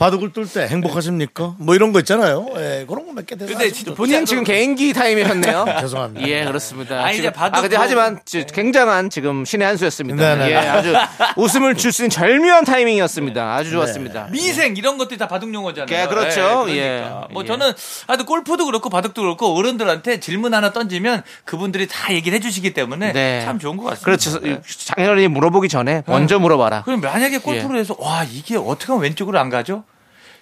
바둑을 뚫 때 행복하십니까? 뭐 이런 거 있잖아요. 예, 그런 거 몇 개 대사. 근데 하시면 진짜 좋죠. 본인 지금 개인기 타임이셨네요. 죄송합니다. 예, 그렇습니다. 아니, 이제 지금- 바둑도- 아, 근데 하지만 지- 굉장한 지금 신의 한 수였습니다. 네네. 예, 아주 웃음을 줄 수 있는 절묘한 타이밍이었습니다. 아주 좋았습니다. 네. 미생 이런 것들이 다 바둑 용어잖아요. 예, 그렇죠. 그러니까. 예. 뭐 예. 저는 하여튼 골프도 그렇고 바둑도 그렇고 어른들한테 질문 하나 던지면 그분들이 다 얘기를 해주시기 때문에 네. 참 좋은 것 같습니다. 그렇죠. 네. 장인어른이 물어보기 전에 먼저 물어봐라. 그럼 만약에 예. 골프를 해서 와 이게 어떻게 하면 왼쪽으로 안 가죠?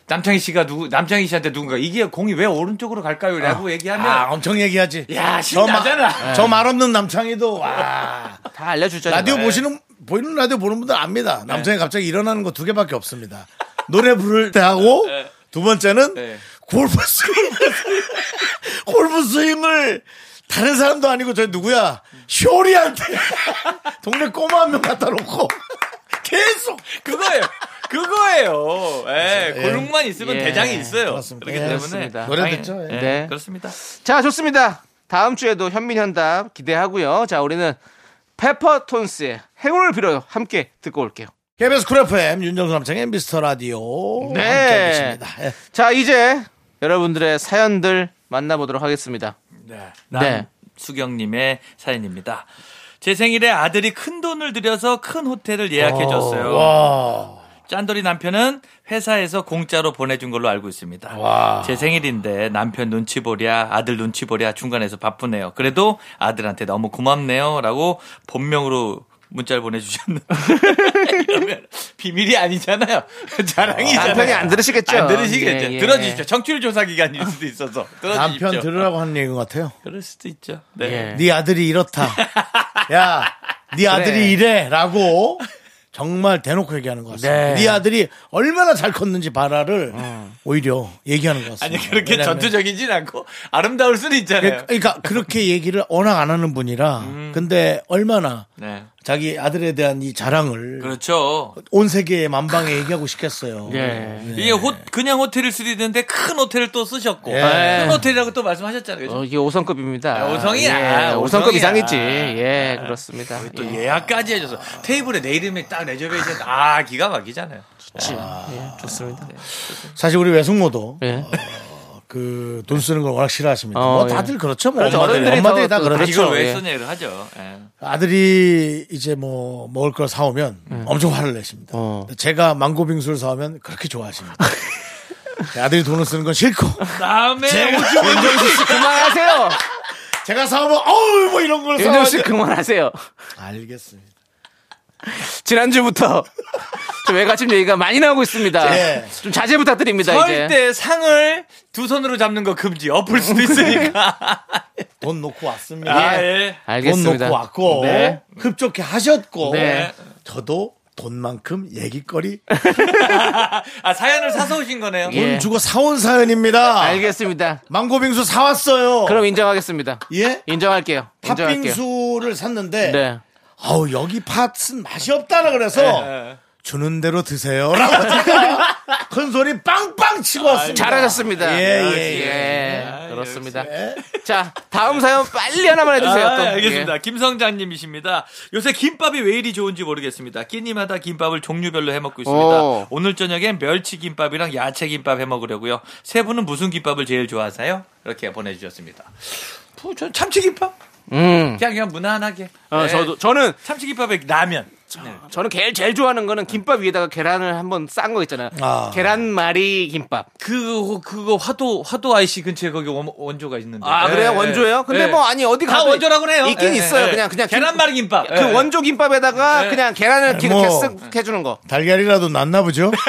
남창희 씨가 누구 남창희 씨한테 누군가 이게 공이 왜 오른쪽으로 갈까요?라고 얘기하면 아, 엄청 얘기하지. 야, 저 마- 신나잖아. 네, 저 말없는 남창이도 와. 다 알려주잖아요. 라디오 보시는 보이는 라디오 보는 분들 네. 압니다. 남성이 갑자기 일어나는 거 두 개밖에 없습니다. 노래 부를 때 하고 두 번째는 네. 골프 스윙을 골프 스윙을 다른 사람도 아니고 저희 누구야 쇼리한테 동네 꼬마 한 명 갖다 놓고 계속 그거예요. 그거예요. 예, 예. 골룸만 있으면 예. 대장이 있어요. 그렇습니다. 그렇기 예, 때문에 그렇습니다. 노래 당연- 듣죠. 예. 예, 네. 그렇습니다. 자, 좋습니다. 다음 주에도 현민현답 기대하고요. 자, 우리는 페퍼톤스의 행운을 빌어요. 함께 듣고 올게요. KBS 쿨 FM 윤정수 남창의 미스터 라디오 네. 함께 계십니다. 예. 자, 이제 여러분들의 사연들 만나보도록 하겠습니다. 네. 네. 남수경님의 사연입니다. 제 생일에 아들이 큰 돈을 들여서 큰 호텔을 예약해줬어요. 짠돌이 남편은 회사에서 공짜로 보내준 걸로 알고 있습니다. 제 생일인데 남편 눈치 보랴 아들 눈치 보랴 중간에서 바쁘네요. 그래도 아들한테 너무 고맙네요. 라고 본명으로 문자를 보내주셨는데 이러면 비밀이 아니잖아요. 자랑이잖아요. 남편이 안 들으시겠죠? 안 들으시겠죠. 예, 예. 들어주십시오. 청취율 조사 기간일 수도 있어서. 들어주십시오. 남편 들으라고 하는 얘기인 것 같아요. 그럴 수도 있죠. 네. 예. 네 아들이 이렇다. 야, 네 아들이 이래라고 정말 대놓고 얘기하는 것 같습니다. 네, 네. 아들이 얼마나 잘 컸는지 바라를 오히려 얘기하는 것 어. 아니 같습니다. 그렇게 왜냐면 전투적이진 않고 아름다울 수는 있잖아요. 그러니까 그렇게 얘기를 워낙 안 하는 분이라 음. 근데 얼마나 네. 자기 아들에 대한 이 자랑을 그렇죠. 온 세계 만방에 얘기하고 싶겠어요. 네. 예. 이게 호, 그냥 호텔일 수도 있는데 큰 호텔을 또 쓰셨고 예. 큰 호텔이라고 또 말씀하셨잖아요. 그죠? 어, 이게 5성급입니다. 아, 오성이야. 예, 5성급 오성이야. 이상이지. 예, 그렇습니다. 또 예. 예약까지 해줘서 테이블에 내 이름이 딱 레저베이션 아 기가 막히잖아요. 예, 좋습니다. 사실 우리 외숙모도 예. 그 돈 쓰는 걸 워낙 싫어하십니다. 어, 뭐 예. 다들 그렇죠. 뭐 그렇죠. 엄마들이, 어른들이 엄마들이 더 다 그렇죠. 아, 이걸 왜 예. 썼냐를 하죠. 예. 아들이 이제 뭐 먹을 걸 사오면 엄청 화를 내십니다. 음. 어. 제가 망고빙수를 사오면 그렇게 좋아하십니다. 네, 아들이 돈을 쓰는 건 싫고 다음에 윤정수 씨 그만하세요. 제가 사오면 어우 뭐 이런 걸 윤정 사오면 씨 그만하세요. 알겠습니다. 지난주부터 좀 외가침 얘기가 많이 나오고 있습니다. 예. 좀 자제 부탁드립니다. 이제. 절대 상을 두 손으로 잡는 거 금지. 엎을 수도 있으니까. 돈 놓고 왔습니다. 아, 예. 돈 알겠습니다. 놓고 왔고 네. 흡족해 하셨고 네. 저도 돈만큼 얘기거리 아 사연을 사서 오신 거네요. 예. 돈 주고 사온 사연입니다. 알겠습니다. 망고빙수 사왔어요. 그럼 인정하겠습니다. 예? 인정할게요. 인정할게요. 팥빙수를 샀는데 네. 어우 여기 팥은 맛이 없다라 그래서 주는 대로 드세요라고 제가 큰 소리 빵빵 치고 왔습니다. 잘하셨습니다. 예, 예, 예. 예, 그렇습니다. 자, 다음 사연 빨리 하나만 해주세요. 아, 또. 알겠습니다. 예. 김성장님이십니다. 요새 김밥이 왜 이리 좋은지 모르겠습니다. 끼니마다 김밥을 종류별로 해 먹고 있습니다. 오. 오늘 저녁엔 멸치 김밥이랑 야채 김밥 해 먹으려고요. 세 분은 무슨 김밥을 제일 좋아하세요? 이렇게 보내주셨습니다. 푸, 저는 참치 김밥. 음. 그냥 그냥 무난하게. 어, 네. 저도 저는 참치 김밥에 라면. 저는 제일 제일 좋아하는 거는 김밥 위에다가 계란을 한번 싼 거 있잖아요. 아. 계란말이 김밥. 그 그거 화도 화도 IC 근처에 거기 원, 원조가 있는데. 아 그래요 예, 원조예요? 근데 예. 뭐 아니 어디 다 가도 원조라고 해요. 있긴 예, 있어요. 예. 그냥 그냥 김- 계란말이 김밥. 그 예. 원조 김밥에다가 네. 그냥 계란을 이렇게 뭐. 쓱 해주는 거. 달걀이라도 났나 보죠?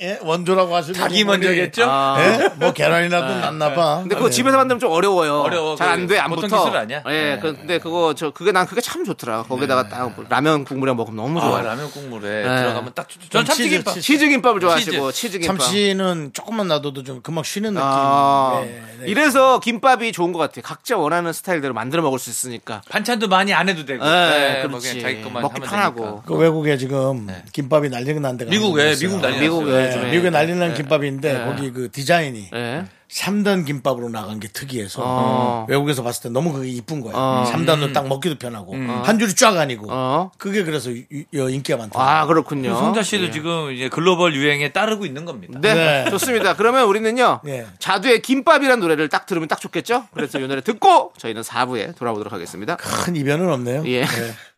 예, 원조라고 하시는 닭이 분들이. 먼저겠죠? 아. 예? 뭐 계란이라도 났나 봐. 예. 근데 그거 집에서 만들면 좀 어려워요. 어려워. 그 잘 안 돼, 안 보통 붙어. 기술 아니야? 네. 예, 그- 근데 그거 저 그게 난 그게 참 좋더라. 거기다가 딱 라면 국물이랑 먹으면 너무 아, 좋아요. 라면 국물에 예. 들어가면 딱 좋죠. 전 참치 치즈, 김밥. 치즈. 치즈 김밥을 좋아하시고 치즈 김밥. 참치는 조금만 놔둬도 좀 금방 쉬는 느낌. 아, 네, 네. 이래서 김밥이 좋은 것 같아요. 각자 원하는 스타일대로 만들어 먹을 수 있으니까. 반찬도 많이 안 해도 되고. 예, 네, 뭐 그렇지. 그냥 자기 것만 먹기 하면 편하고. 되니까. 그 외국에 지금 김밥이 난리가 난 데가 미국 하나 왜 있어요. 미국 난리 미국 났어요. 왜 예, 요즘에. 미국에 난리 난 김밥인데 예. 거기 그 디자인이 예. 3단 김밥으로 나간 게 특이해서 어. 외국에서 봤을 때 너무 그게 이쁜 거예요. 어. 3단으로 음. 딱 먹기도 편하고 한 줄이 쫙 아. 아니고 어. 그게 그래서 유- 유- 인기가 많다. 아, 그렇군요. 성자 씨도 예. 지금 이제 글로벌 유행에 따르고 있는 겁니다. 네, 네. 좋습니다. 그러면 우리는요, 예. 자두의 김밥이라는 노래를 딱 들으면 딱 좋겠죠? 그래서 이 노래 듣고 저희는 4부에 돌아오도록 하겠습니다. 큰 이변은 없네요. 예.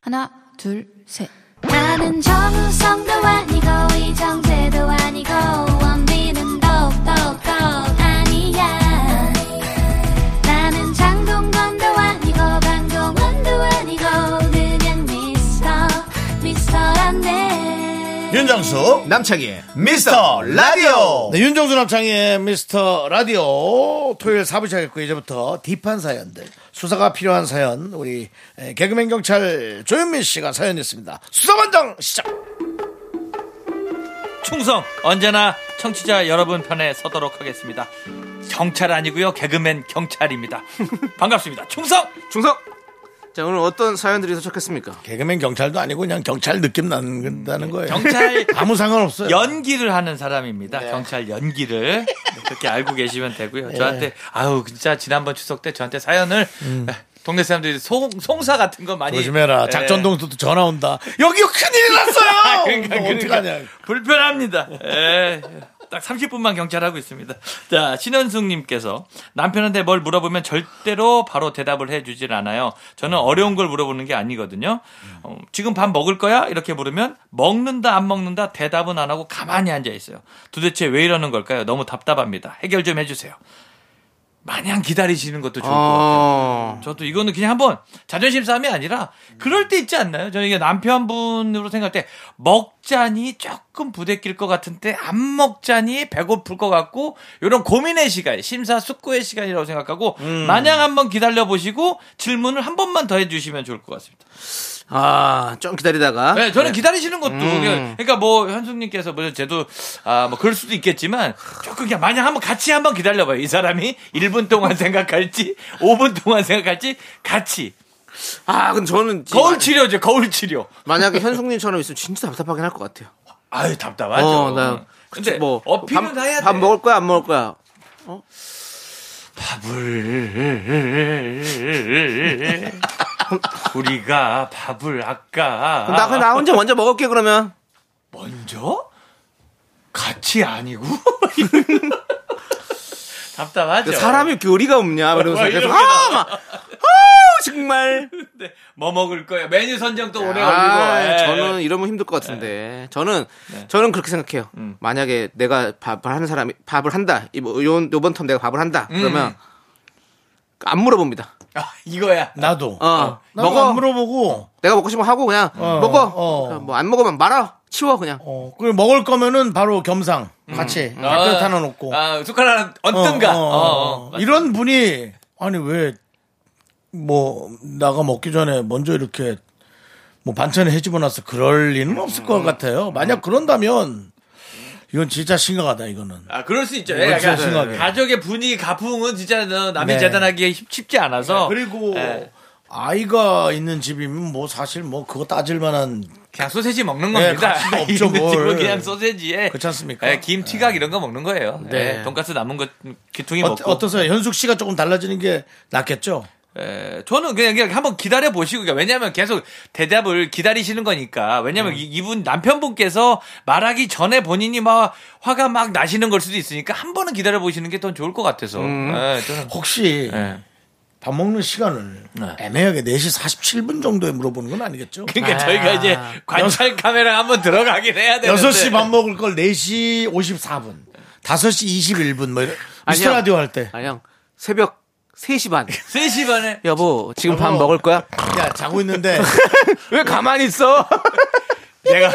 하나, 둘, 셋. 나는 정우성도 아니고 이정재도 아니고 원빈은 더욱더 아니야 나는 장동건도 아니고 강동원도 아니고 그냥 미스터 미스터란데 윤정수 음. 남창희의 미스터 라디오 네, 윤정수 남창희의 미스터 라디오 토요일 4부 시작했고 이제부터 딥한 사연들 수사가 필요한 사연 우리 에, 개그맨 경찰 조현민 씨가 사연 있습니다 수사반장 시작 충성 언제나 청취자 여러분 편에 서도록 하겠습니다. 경찰 아니고요 개그맨 경찰입니다. 반갑습니다. 충성. 중성! 자, 오늘 어떤 사연들이 도착했습니까? 개그맨 경찰도 아니고 그냥 경찰 느낌 난다는 거예요 경찰 아무 상관없어요 네. 연기를 하는 사람입니다. 경찰 연기를 네, 그렇게 알고 계시면 되고요. 저한테 아우 진짜 지난번 추석 때 저한테 사연을 동네 사람들이 송, 송사 같은 거 음. 많이 조심해라 예. 작전동도 또 전화 온다 여기 큰일 났어요 그러니까, 어떡하냐. 그러니까. 불편합니다. 예. 딱 30분만 경찰하고 있습니다. 자, 신현숙님께서 남편한테 뭘 물어보면 절대로 바로 대답을 해주질 않아요. 저는 어려운 걸 물어보는 게 아니거든요. 어, 지금 밥 먹을 거야? 이렇게 물으면 먹는다, 안 먹는다 대답은 안 하고 가만히 앉아 있어요. 도대체 왜 이러는 걸까요? 너무 답답합니다. 해결 좀 해주세요. 마냥 기다리시는 것도 좋을 것 같아요. 어, 저도 이거는 그냥 한번 자존심 싸움이 아니라 그럴 때 있지 않나요? 저는 이게 남편분으로 생각할 때 먹자니 조금 부대낄 것 같은데 안 먹자니 배고플 것 같고 이런 고민의 시간, 심사숙고의 시간이라고 생각하고 마냥 한번 기다려 보시고 질문을 한 번만 더 해주시면 좋을 것 같습니다. 아, 좀 기다리다가. 네, 저는 기다리시는 것도 그냥- 그러니까 뭐 현숙님께서 뭐 제도 아뭐 그럴 수도 있겠지만 조금 그냥 마냥 한번 같이 한번 기다려봐요. 이 사람이 1분 동안 생각할지 5분 동안 생각할지 같이 아, 근데 저는. 거울 치료죠, 거울 치료. 만약에 현숙님처럼 있으면 진짜 답답하긴 할 것 같아요. 아유, 답답하죠. 어, 나. 근데 뭐. 어필은 밥, 해야 돼. 밥 먹을 거야, 안 먹을 거야? 밥을. 우리가 밥을 아까. 그럼 나, 그럼 나 혼자 먼저 먹을게, 그러면. 먼저? 같이 아니고? 답답하죠. 그 사람이 교리가 없냐? 이러면서 와, 계속, 이렇게 아! 막, 아! 정말. 근데 뭐 먹을 거야? 메뉴 선정도 오래 걸리고. 아, 예. 네. 예. 저는 이러면 힘들 것 같은데 저는 저는 그렇게 생각해요. 만약에 내가 밥을 하는 사람이 밥을 한다. 이번 뭐, 요번 텀 내가 밥을 한다. 그러면 안 물어봅니다. 아, 이거야. 나도 어, 나도 먹어. 안 물어보고 내가 먹고 싶으면 하고 그냥 먹어. 어. 뭐 안 먹으면 말아. 치워 그냥. 어, 그리고 먹을 거면은 바로 겸상 같이 깨끗 하나 놓고 음. 아, 숟가락 하나 얹든가. 어, 어, 어, 어. 이런 분이 아니 왜 뭐 나가 먹기 전에 먼저 이렇게 뭐 반찬에 해집어놨어 그럴 리는 없을 음. 것 같아요. 만약 그런다면 이건 진짜 심각하다 이거는. 아, 그럴 수 있죠. 네, 약간 그렇죠, 심하게. 가족의 분위기, 가풍은 진짜 어, 남이 네. 재단하기 쉽- 쉽지 않아서. 그리고 예. 아이가 있는 집이면 뭐 사실 뭐 그거 따질 만한 그냥 소세지 먹는 네, 예, 겁니다. 가치도 없죠, 있는 집은 뭘. 그냥 소세지에 그렇지 않습니까? 예, 김 티각 이런 거 먹는 거예요. 네. 예, 돈가스 남은 거 기퉁이 어, 먹고. 어떠세요? 현숙 씨가 조금 달라지는 게 낫겠죠? 예, 저는 그냥, 그냥 한번 기다려 보시고 그러니까 왜냐하면 계속 대답을 기다리시는 거니까 왜냐하면 이- 이분 남편분께서 말하기 전에 본인이 막 화가 막 나시는 걸 수도 있으니까 한 번은 기다려 보시는 게 더 좋을 것 같아서. 예, 저는 혹시 예. 밥 먹는 시간을 애매하게 4시 47분 정도에 물어보는 건 아니겠죠? 그러니까 저희가 이제 관찰 카메라 한번 들어가긴 해야 되는데. 6시 밥 먹을 걸 4시 54분, 5시 21분, 뭐, 이런- 미스터 아니요. 라디오 할 때. 아니요. 새벽 3시 반. 3시 반에 여보, 지금 밥 여보. 먹을 거야? 야, 자고 있는데, 왜 가만히 있어? 내가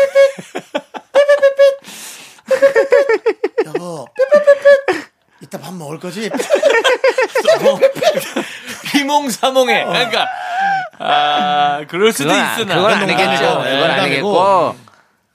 여보, 이따 밥 먹을 거지? 비몽사몽해. 그러니까 아 그럴 수도 그건, 아- 있으나 그건 그건 아니겠죠. 농담이고. 네, 그건 아니겠고. 농담이고.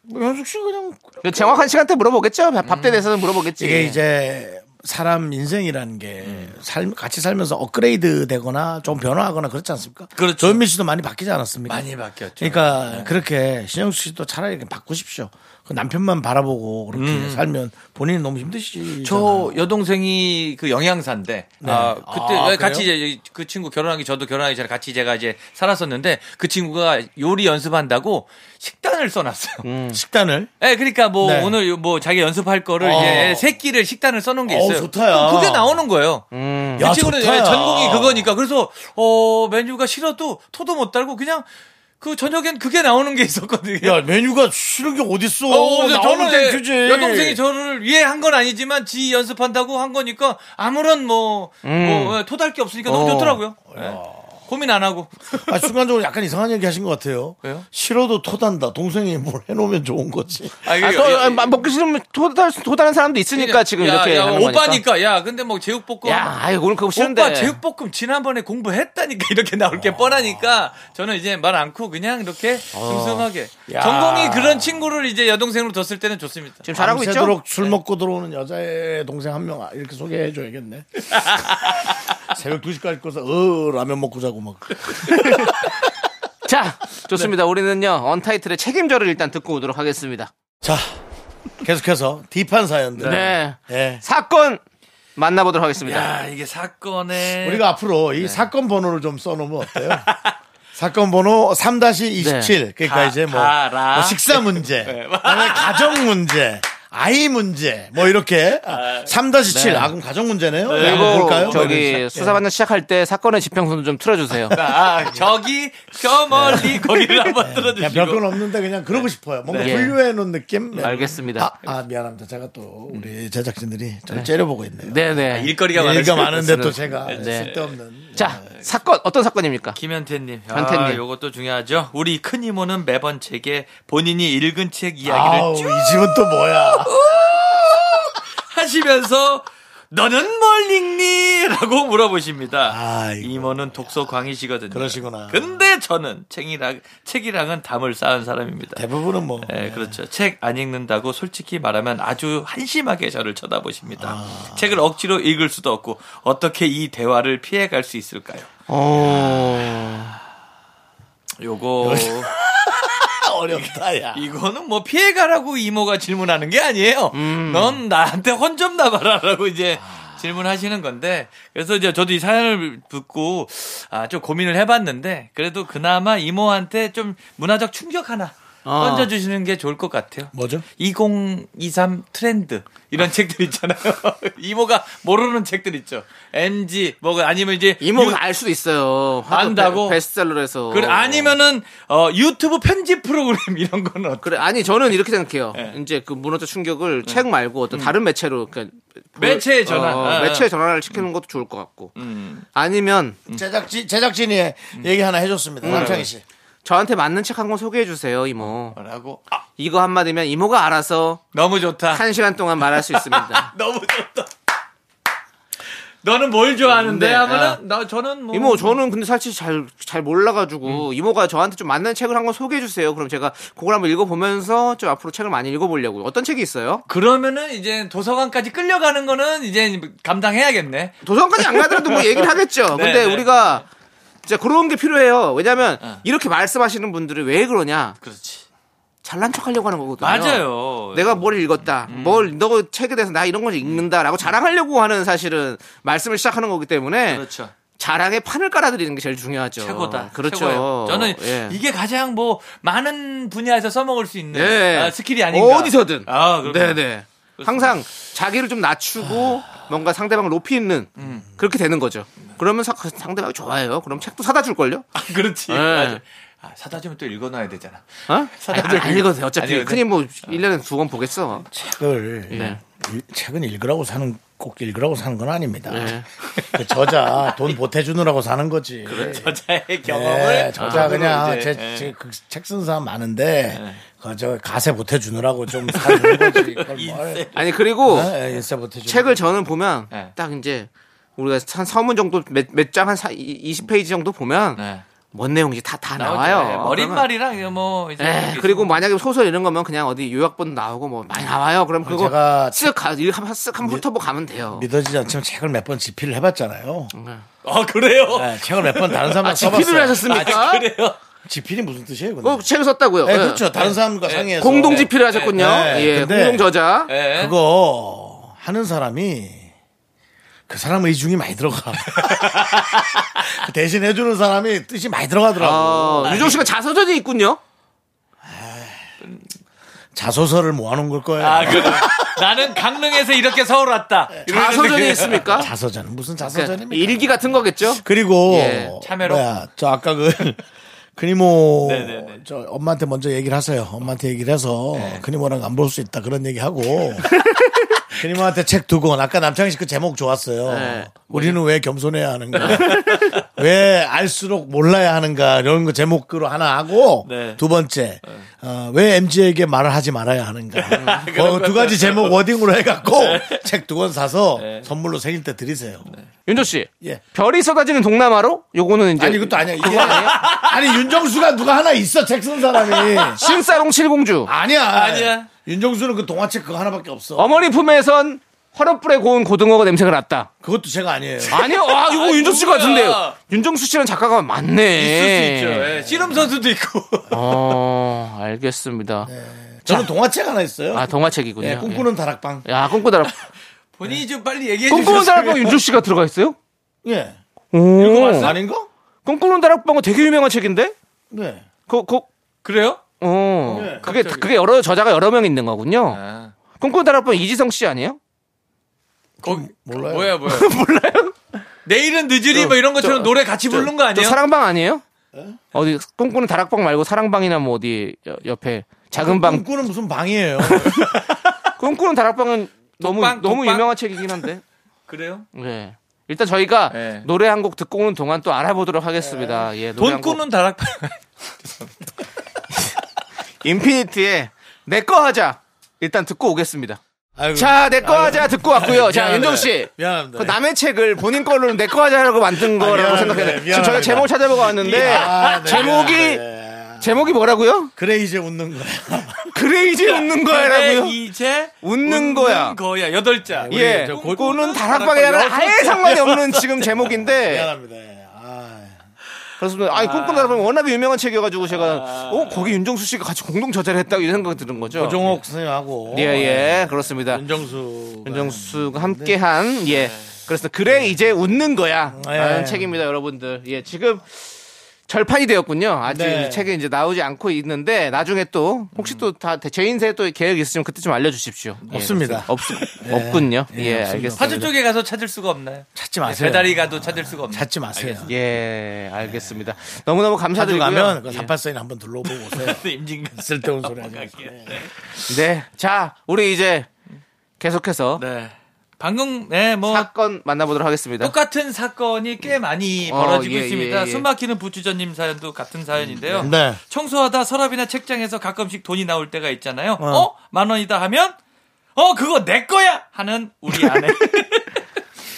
뭐 현숙 씨 그냥 그 정확한 시간대 물어보겠죠. 밥때 대해서는 물어보겠지. 예. 이게 이제 사람 인생이라는 게 삶, 같이 살면서 업그레이드 되거나 좀 변화하거나 그렇지 않습니까? 그렇죠. 조현민 씨도 많이 바뀌지 않았습니까? 많이 바뀌었죠. 네. 그러니까 그렇게 신영수 씨도 차라리 이렇게 바꾸십시오. 그 남편만 바라보고 그렇게 살면 본인이 너무 힘드시죠. 음. 저 여동생이 그 영양사인데 아, 그때 아, 같이 그래요? 이제 그 친구 결혼하기 저도 결혼하기 전에 같이 제가 이제 살았었는데 그 친구가 요리 연습한다고 식단을 써놨어요. 음. 음. 식단을 네, 그러니까 뭐 네. 오늘 뭐 자기 연습할 거를 어. 이제 세 끼를 식단을 써놓은 게 어우, 있어요. 좋다, 야. 그럼 그게 나오는 거예요. 그 야, 친구는 좋다, 야. 전공이 그거니까 그래서 어 메뉴가 싫어도 토도 못 달고 그냥 그 저녁엔 그게 나오는 게 있었거든요. 야 메뉴가 싫은 게 어딨어? 어, 근데 나오는 저는 땡큐지. 이제 여동생이 저를 이해한 건 아니지만 지 연습한다고 한 거니까 아무런 뭐, 뭐, 예, 토달 게 없으니까 너무 어. 좋더라고요. 예. 고민 안 하고. 아, 순간적으로 약간 이상한 얘기 하신 것 같아요. 왜요? 싫어도 토단다. 동생이 뭘 해놓으면 좋은 거지. 아, 아, 또, 아, 먹기 싫으면 토달, 토달한 사람도 있으니까 그러니까 지금 이렇게. 하는 거니까. 오빠니까 야 근데 뭐 제육볶음 야, 아이, 오늘 그거 싫은데. 어. 오빠 제육볶음 지난번에 공부했다니까 이렇게 나올 게 뻔하니까 저는 이제 말 않고 그냥 이렇게 어. 슴슴하게 전공이 그런 친구를 이제 여동생으로 뒀을 때는 좋습니다. 지금 잘하고 있죠? 네. 밤새도록 술 먹고 들어오는 여자의 동생 한 명 이렇게 소개해 줘야겠네. 새벽 2시까지 꺼서 어 라면 먹고 자고 막. 자, 좋습니다. 네. 우리는요, 언타이틀의 책임져를 일단 듣고 오도록 하겠습니다. 자, 계속해서 딥한 사연들. 네. 예. 사건 만나보도록 하겠습니다. 야 이게 사건에 우리가 앞으로 네. 이 사건 번호를 좀 써놓으면 어때요? 사건 번호 3-27. 네. 그러니까 가- 이제 뭐, 가라. 뭐 식사 문제, 그다음에 가정 문제, 아이 문제, 뭐 이렇게. 아, 3-7. 아, 그럼 가정 문제네요? 네, 한번 볼까요? 네. 그리고 네. 저기 수사받는 시작할 때 사건의 지평선을 좀 틀어주세요. 아, 저기 저 멀리 거기를 한번 야, 별건 들어주시고 없는데 그냥 그러고 싶어요. 뭔가 네. 분류해 놓은 느낌? 네. 알겠습니다. 아, 아, 미안합니다. 제가 또 우리 제작진들이 저를 째려보고 있네요. 네네. 일거리가 얘기가 많으시죠. 많은데 또 제가 네. 쓸데없는. 자, 사건, 어떤 사건입니까? 김현태님, 아, 현태님. 요것도 중요하죠. 우리 큰 이모는 매번 제게 본인이 읽은 책 이야기를 뭐 아우, 쭉 이 집은 또 뭐야. 하시면서 너는 뭘 읽니? 라고 물어보십니다. 아이고. 이모는 독서 광이시거든요. 그러시구나. 근데 저는 책이랑, 책이랑은 담을 쌓은 사람입니다. 대부분은 뭐. 예, 그렇죠. 책 안 읽는다고 솔직히 말하면 아주 한심하게 저를 쳐다보십니다. 아. 책을 억지로 읽을 수도 없고 어떻게 이 대화를 피해갈 수 있을까요? 어. 요거 아, 어렵다, 야. 이거는 뭐 피해가라고 이모가 질문하는 게 아니에요. 음. 넌 나한테 혼 좀 나가라라고 이제 아. 질문하시는 건데 그래서 이제 저도 이 사연을 듣고 아 좀 고민을 해봤는데 그래도 그나마 이모한테 좀 문화적 충격 하나 아. 던져주시는 게 좋을 것 같아요. 뭐죠? 2023 트렌드 이런 책들 있잖아요. 이모가 모르는 책들 있죠. NG 뭐가 아니면 이제 이모가 유- 알 수도 있어요. 안다고? 베스트셀러에서. 그- 아니면은 어, 유튜브 편집 프로그램 이런 거는 어때? 그래, 아니, 저는 이렇게 생각해요. 네. 이제 그 문화적 충격을 책 말고 어떤 다른 매체로. 그러니까 음. 매체에 전환. 어, 아, 음. 아. 매체에 전환을 시키는 것도 좋을 것 같고. 아니면 제작진, 제작진이 얘기 하나 해줬습니다. 남창희 씨. 저한테 맞는 책 한 권 소개해 주세요, 이모. 아, 뭐라고? 이거 한마디면 이모가 알아서 너무 좋다. 한 시간 동안 말할 수 있습니다. 너무 좋다. 너는 뭘 좋아하는데 네, 하면은 아. 나 저는 뭐 이모 저는 근데 사실 잘, 잘 음. 몰라가지고 이모가 저한테 좀 맞는 책을 한 권 소개해 주세요. 그럼 제가 그걸 한번 읽어보면서 좀 앞으로 책을 많이 읽어보려고. 어떤 책이 있어요? 그러면은 이제 도서관까지 끌려가는 거는 이제 감당해야겠네. 도서관까지 안 가더라도 뭐 얘기를 하겠죠. 네, 근데 네. 우리가 진짜 그런 게 필요해요. 왜냐하면 이렇게 말씀하시는 분들이 왜 그러냐? 그렇지. 잘난 척하려고 하는 거거든요. 맞아요. 내가 뭘 읽었다, 음. 뭘 너 책에 대해서 나 이런 걸 읽는다라고 자랑하려고 하는 사실은 말씀을 시작하는 거기 때문에 그렇죠. 자랑의 판을 깔아드리는 게 제일 중요하죠. 최고다. 그렇죠. 어, 최고예요. 저는 예. 이게 가장 뭐 많은 분야에서 써먹을 수 있는 예. 아, 스킬이 아닌가. 어디서든. 아, 그렇군요. 네네. 항상 자기를 좀 낮추고 아. 뭔가 상대방을 높이 있는 음. 그렇게 되는 거죠. 네. 그러면 사- 상대방이 좋아해요. 그럼 책도 사다 줄 걸요. 그렇지. 예. 아, 맞아. 아, 사다 주면 또 읽어놔야 되잖아. 어? 아니, 사다 안, 안 읽어도 돼. 안 어차피 읽어도 아. 큰이 뭐 1년에 두 번 보겠어. 책을 네. 일- 책은 읽으라고 사는 꼭 읽으라고 사는 건 아닙니다. 네. 그 저자 돈 보태주느라고 사는 거지. 저자의 네, 경험을 저자 아, 그냥 이제, 예. 제책쓴 사람 많은데 예. 그저 가세 보태주느라고 좀 사는 거지. 그걸 뭘. 아니 그리고 네, 인세 보태주. 책을 저는 보면 네. 딱 이제 우리가 한 서문 정도 몇 장 한 20페이지 정도 보면 네. 뭔 내용인지 다 다 나와요. 나오죠. 예, 머릿말이랑 이거 뭐 이제 예, 이렇게 그리고 만약에 소설 이런 거면 그냥 어디 요약본 나오고 뭐 많이 나와요. 그럼 그거 제가 쓱 가, 일 한번 쓱 한번 훑어보고 가면 돼요. 믿어지지 않지만 책을 몇 번 집필을 해봤잖아요. 아 그래요? 아, 네, 책을 몇 번 다른 사람한테 집필을 써봤어요. 음. 아, 하셨습니까? 그래요? 집필이 무슨 뜻이에요? 근데? 어, 책을 썼다고요. 네, 예. 그렇죠. 다른 사람과 상의해서 공동 집필을 하셨군요. 네, 예, 근데- 공동 저자. 예. 그거 하는 사람이 그 사람 의중이 많이 들어가. 그 대신 해주는 사람이 뜻이 많이 들어가더라고. 어, 유정 씨가 자서전이 있군요. 자소서를 모아놓은 걸 거예요. 아, 그, 나는 강릉에서 이렇게 서울 왔다. 이런 네. 자서전이 느낌. 있습니까? 자서전 무슨 그러니까 자서전입니까? 일기 같은 거겠죠. 그리고 예, 참외로? 뭐야 저 아까 그 그니모 네네네. 저 엄마한테 먼저 얘기를 하세요. 엄마한테 얘기를 해서 네. 그니모랑 안 볼 수 있다 그런 얘기 하고 그니모한테 책 두고 아까 남창희 씨 그 제목 좋았어요. 네. 우리는 왜 겸손해야 하는가? 왜 알수록 몰라야 하는가? 이런 거 제목으로 하나 하고 네. 두 번째 어, 왜 MG에게 말을 하지 말아야 하는가? 어, 두 가지 제목 워딩으로 해갖고 네. 책 두 권 사서 선물로 생일 때 드리세요. 윤정 씨. 예. 별이 쏟아지는 동남아로 요거는 이제 아니 이것도 아니야. 이게 아니 윤정수가 누가 하나 있어 책 쓴 사람이. 신사롱 칠공주. 아니야. 아니야. 윤정수는 그 동화책 그거 하나밖에 없어. 어머니 품에선 화롯불에 고운 고등어가 냄새가 났다. 그것도 제가 아니에요. 아니요, 아, 이거 윤정수 씨 뭐야. 같은데요. 윤정수 씨는 작가가 맞네. 있을 수 있죠. 예. 씨름 선수도 있고. 어, 알겠습니다. 저는 동화책 하나 있어요. 아, 동화책이군요. 예, 네. 꿈꾸는 다락방. 예. 야, 꿈꾸다. 본인이 좀 빨리 얘기해 꿈꾸는 주세요. 다락방 윤정 씨가 들어가 있어요? 예. 오. 아닌가? 꿈꾸는 다락방은 되게 유명한 책인데? 네. 그, 그, 그래요? 어. 네, 그게, 그게 여러 저자가 여러 명 있는 거군요. 꿈꾸는 다락방 이지성 씨 아니에요? 거기 몰라요. 뭐야 뭐야. 몰라요? 내일은 늦으리 뭐 이런 것처럼 노래 같이 부르는 거 저 아니에요? 사랑방 아니에요? 어디, 꿈꾸는 다락방 말고 사랑방이나 뭐 어디 여- 옆에 작은 방. 꿈꾸는 무슨 방이에요? 꿈꾸는 다락방은 너무, 독방, 너무 독방? 유명한 책이긴 한데. 그래요? 예. 일단 저희가 예. 노래 한 곡 듣고 오는 동안 또 알아보도록 하겠습니다. 네. 예, 노래 돈 한 곡. 꾸는 다락방. 인피니트의 내 거 하자. 일단 듣고 오겠습니다. 아이고. 자, 내 거 하자 듣고 왔고요. 자, 미안합니다. 네. 윤정 씨. 미안합니다. 그 남의 책을 본인 걸로는 내 거 하자라고 만든 거라고 아, 미안합니다. 네, 생각했는데 지금 미안합니다. 저희가 제목을 찾아보고 왔는데 아, 네, 제목이 네. 제목이 뭐라고요? 그래 이제 웃는 거야. 그래 이제 그래, 웃는 거야라고요. 네, 이제 웃는 거야. 거야. 여덟 자. 예, 저 골- 꿈꾸는 다락방이랑은 아예 상관이 없는 지금 제목인데 미안합니다. 예. 아, 아. 그렇습니다. 아니 꿈꾸는 다락방 워낙에 유명한 책이어가지고 제가 어 거기 윤정수 씨가 같이 공동 저자를 했다고 이런 생각이 드는 거죠. 고종옥 선생님하고 예예 그렇습니다. 네. 윤정수 윤정수가 함께한 예 그래서 그래 이제 웃는 거야 네. 라는 책입니다 여러분들 예 지금 절판이 되었군요 아직 네. 이 책이 이제 나오지 않고 있는데 나중에 또 혹시 또 다 제 인생에 또 계획 있으면 그때 좀 알려주십시오 예, 없습니다. 네. 없, 없군요 예, 알겠습니다 화주 쪽에 가서 찾을 수가 없나요? 찾지 마세요. 배달이 가도 찾을 수가 없나요? 예, 찾지 마세요. 예 알겠습니다 너무너무 자주 감사드리고요 네. 가면 그 사팔사인 한번 둘러보고 오세요. 임진근. 쓸데없는 소리 하지 마세요. 네. 네자 우리 이제 계속해서 네. 방금 네뭐 사건 만나보도록 하겠습니다 똑같은 사건이 꽤 많이 어, 벌어지고 예, 있습니다. 예, 음, 예. 숨막히는 부주전님 사연도 같은 사연인데요. 네. 청소하다 서랍이나 책장에서 가끔씩 돈이 나올 때가 있잖아요. 어? 만 원이다 하면 어 그거 내 거야 하는 우리 아내.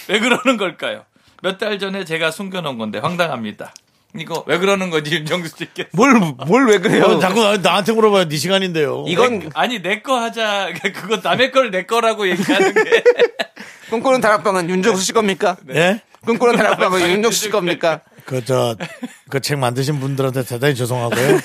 왜 그러는 걸까요? 몇 달 전에 제가 숨겨놓은 건데 황당합니다. 이거 왜 그러는 거지 윤정수 씨께서? 뭘 뭘 왜 어, 그래요 자꾸 나- 나한테 물어봐요. 네 시간인데요. 이건 아니 내 거 하자. 그거 남의 걸 내 거라고 얘기하는 게 꿈꾸는 다락방은 윤정수 씨 겁니까 네. 예? 꿈꾸는 다락방은 윤정수 씨 겁니까? 그, 저, 그 책 만드신 분들한테 대단히 죄송하고요.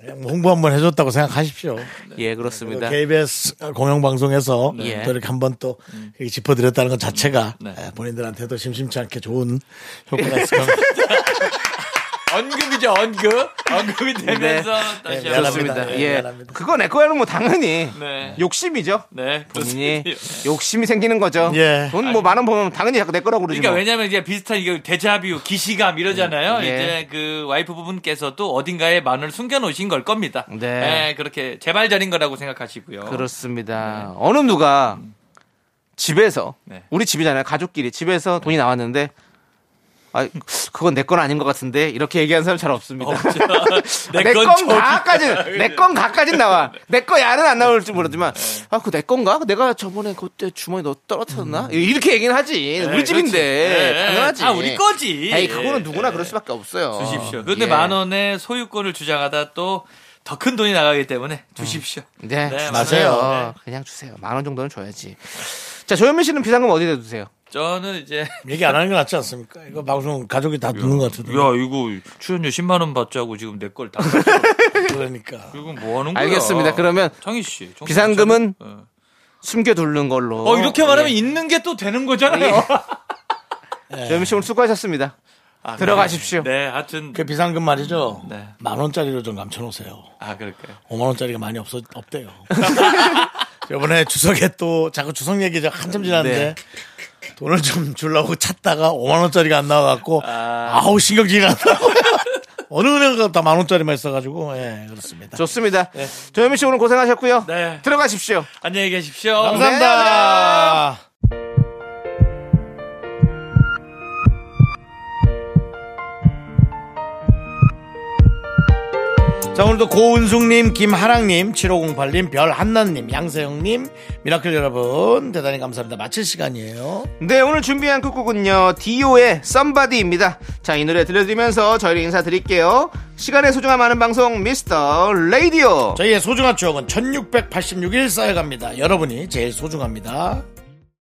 그냥 홍보 한번 해줬다고 생각하십시오. 네. 예, 그렇습니다. KBS 공영방송에서 네. 또 이렇게 한번 또 이렇게 짚어드렸다는 것 자체가 네. 예, 본인들한테도 심심치 않게 좋은 효과가 있을 겁니다. 언급이죠, 언급. 언급이 네. 되면서 다시 네, 한번. 그렇습니다. 미안합니다. 예, 예. 미안합니다. 그거 내 거야는 뭐 당연히 네. 욕심이죠. 네. 본인이 그렇습니다. 욕심이 생기는 거죠. 예. 돈 뭐 만 원 보면 당연히 자꾸 내 거라고 그러지. 그러니까 뭐. 왜냐면 이제 비슷한 이게 데자뷰, 기시감 이러잖아요. 예. 이제 그 와이프 부분께서도 어딘가에 마늘 숨겨놓으신 걸 겁니다. 네. 예, 그렇게 재발전인 거라고 생각하시고요. 그렇습니다. 어느 누가 집에서 네. 우리 집이잖아요. 가족끼리 집에서 돈이 나왔는데 아, 그건 내 건 아닌 것 같은데 이렇게 얘기하는 사람 잘 없습니다. 아, 내 내건 건 가까지는 내 건 가까지는 나와. 내 거 야는 안 나올지 모르지만 네. 아, 그 내 건가? 내가 저번에 그때 주머니 넣어 떨어뜨렸나? 음. 이렇게 얘기는 하지. 우리 집인데 예, 예. 당연하지. 네, 아, 우리 거지. 네. 에이, 그거는 누구나 그럴 수밖에 없어요. 주십시오. 그런데 예. 만 원의 소유권을 주장하다 또 더 큰 돈이 나가기 때문에 주십시오. 네, 네, 주세요. 맞아요. 그냥 주세요. 만 원 정도는 줘야지. 자, 조현민 씨는 비상금 어디에 두세요? 저는 이제 얘기 안 하는 게 낫지 않습니까? 이거 방송 가족이 다 듣는 것 같은데. 야 이거 출연료 10만 원 받자고 지금 내 걸 다. 그러니까. 이건 뭐 하는 거야? 알겠습니다. 그러면 창희 씨 정말 비상금은 괜찮아. 예. 숨겨 두는 걸로. 어 이렇게 말하면 예. 있는 게 또 되는 거잖아요. 네. 조현민 씨 오늘 수고하셨습니다. 들어가십시오. 네, 하여튼 그 비상금 말이죠. 네. 만 원짜리로 좀 감춰놓으세요. 아 그럴까요? 5만 원짜리가 많이 없어 없대요. 이번에 추석에 또 자꾸 추석 얘기 가 한참 지났는데 돈을 좀 주려고 찾다가 5만 원짜리가 안 나와갖고 아... 우 신경질이 난다고 어느 은행가 다 만 원짜리만 있어가지고 예 그렇습니다. 좋습니다. 조현민 씨 오늘 고생하셨고요. 네. 들어가십시오. 안녕히 계십시오. 아, 감사합니다. 자 오늘도 고은숙님, 김하랑님, 7508님, 별한나님, 양세형님, 미라클 여러분 대단히 감사합니다. 마칠 시간이에요. 네, 오늘 준비한 끝곡은요. 디오의 썸바디입니다. 자, 이 노래 들려드리면서 저희는 인사드릴게요. 시간의 소중함 아는 방송 미스터 레이디오. 저희의 소중한 추억은 1686일 쌓여갑니다. 여러분이 제일 소중합니다.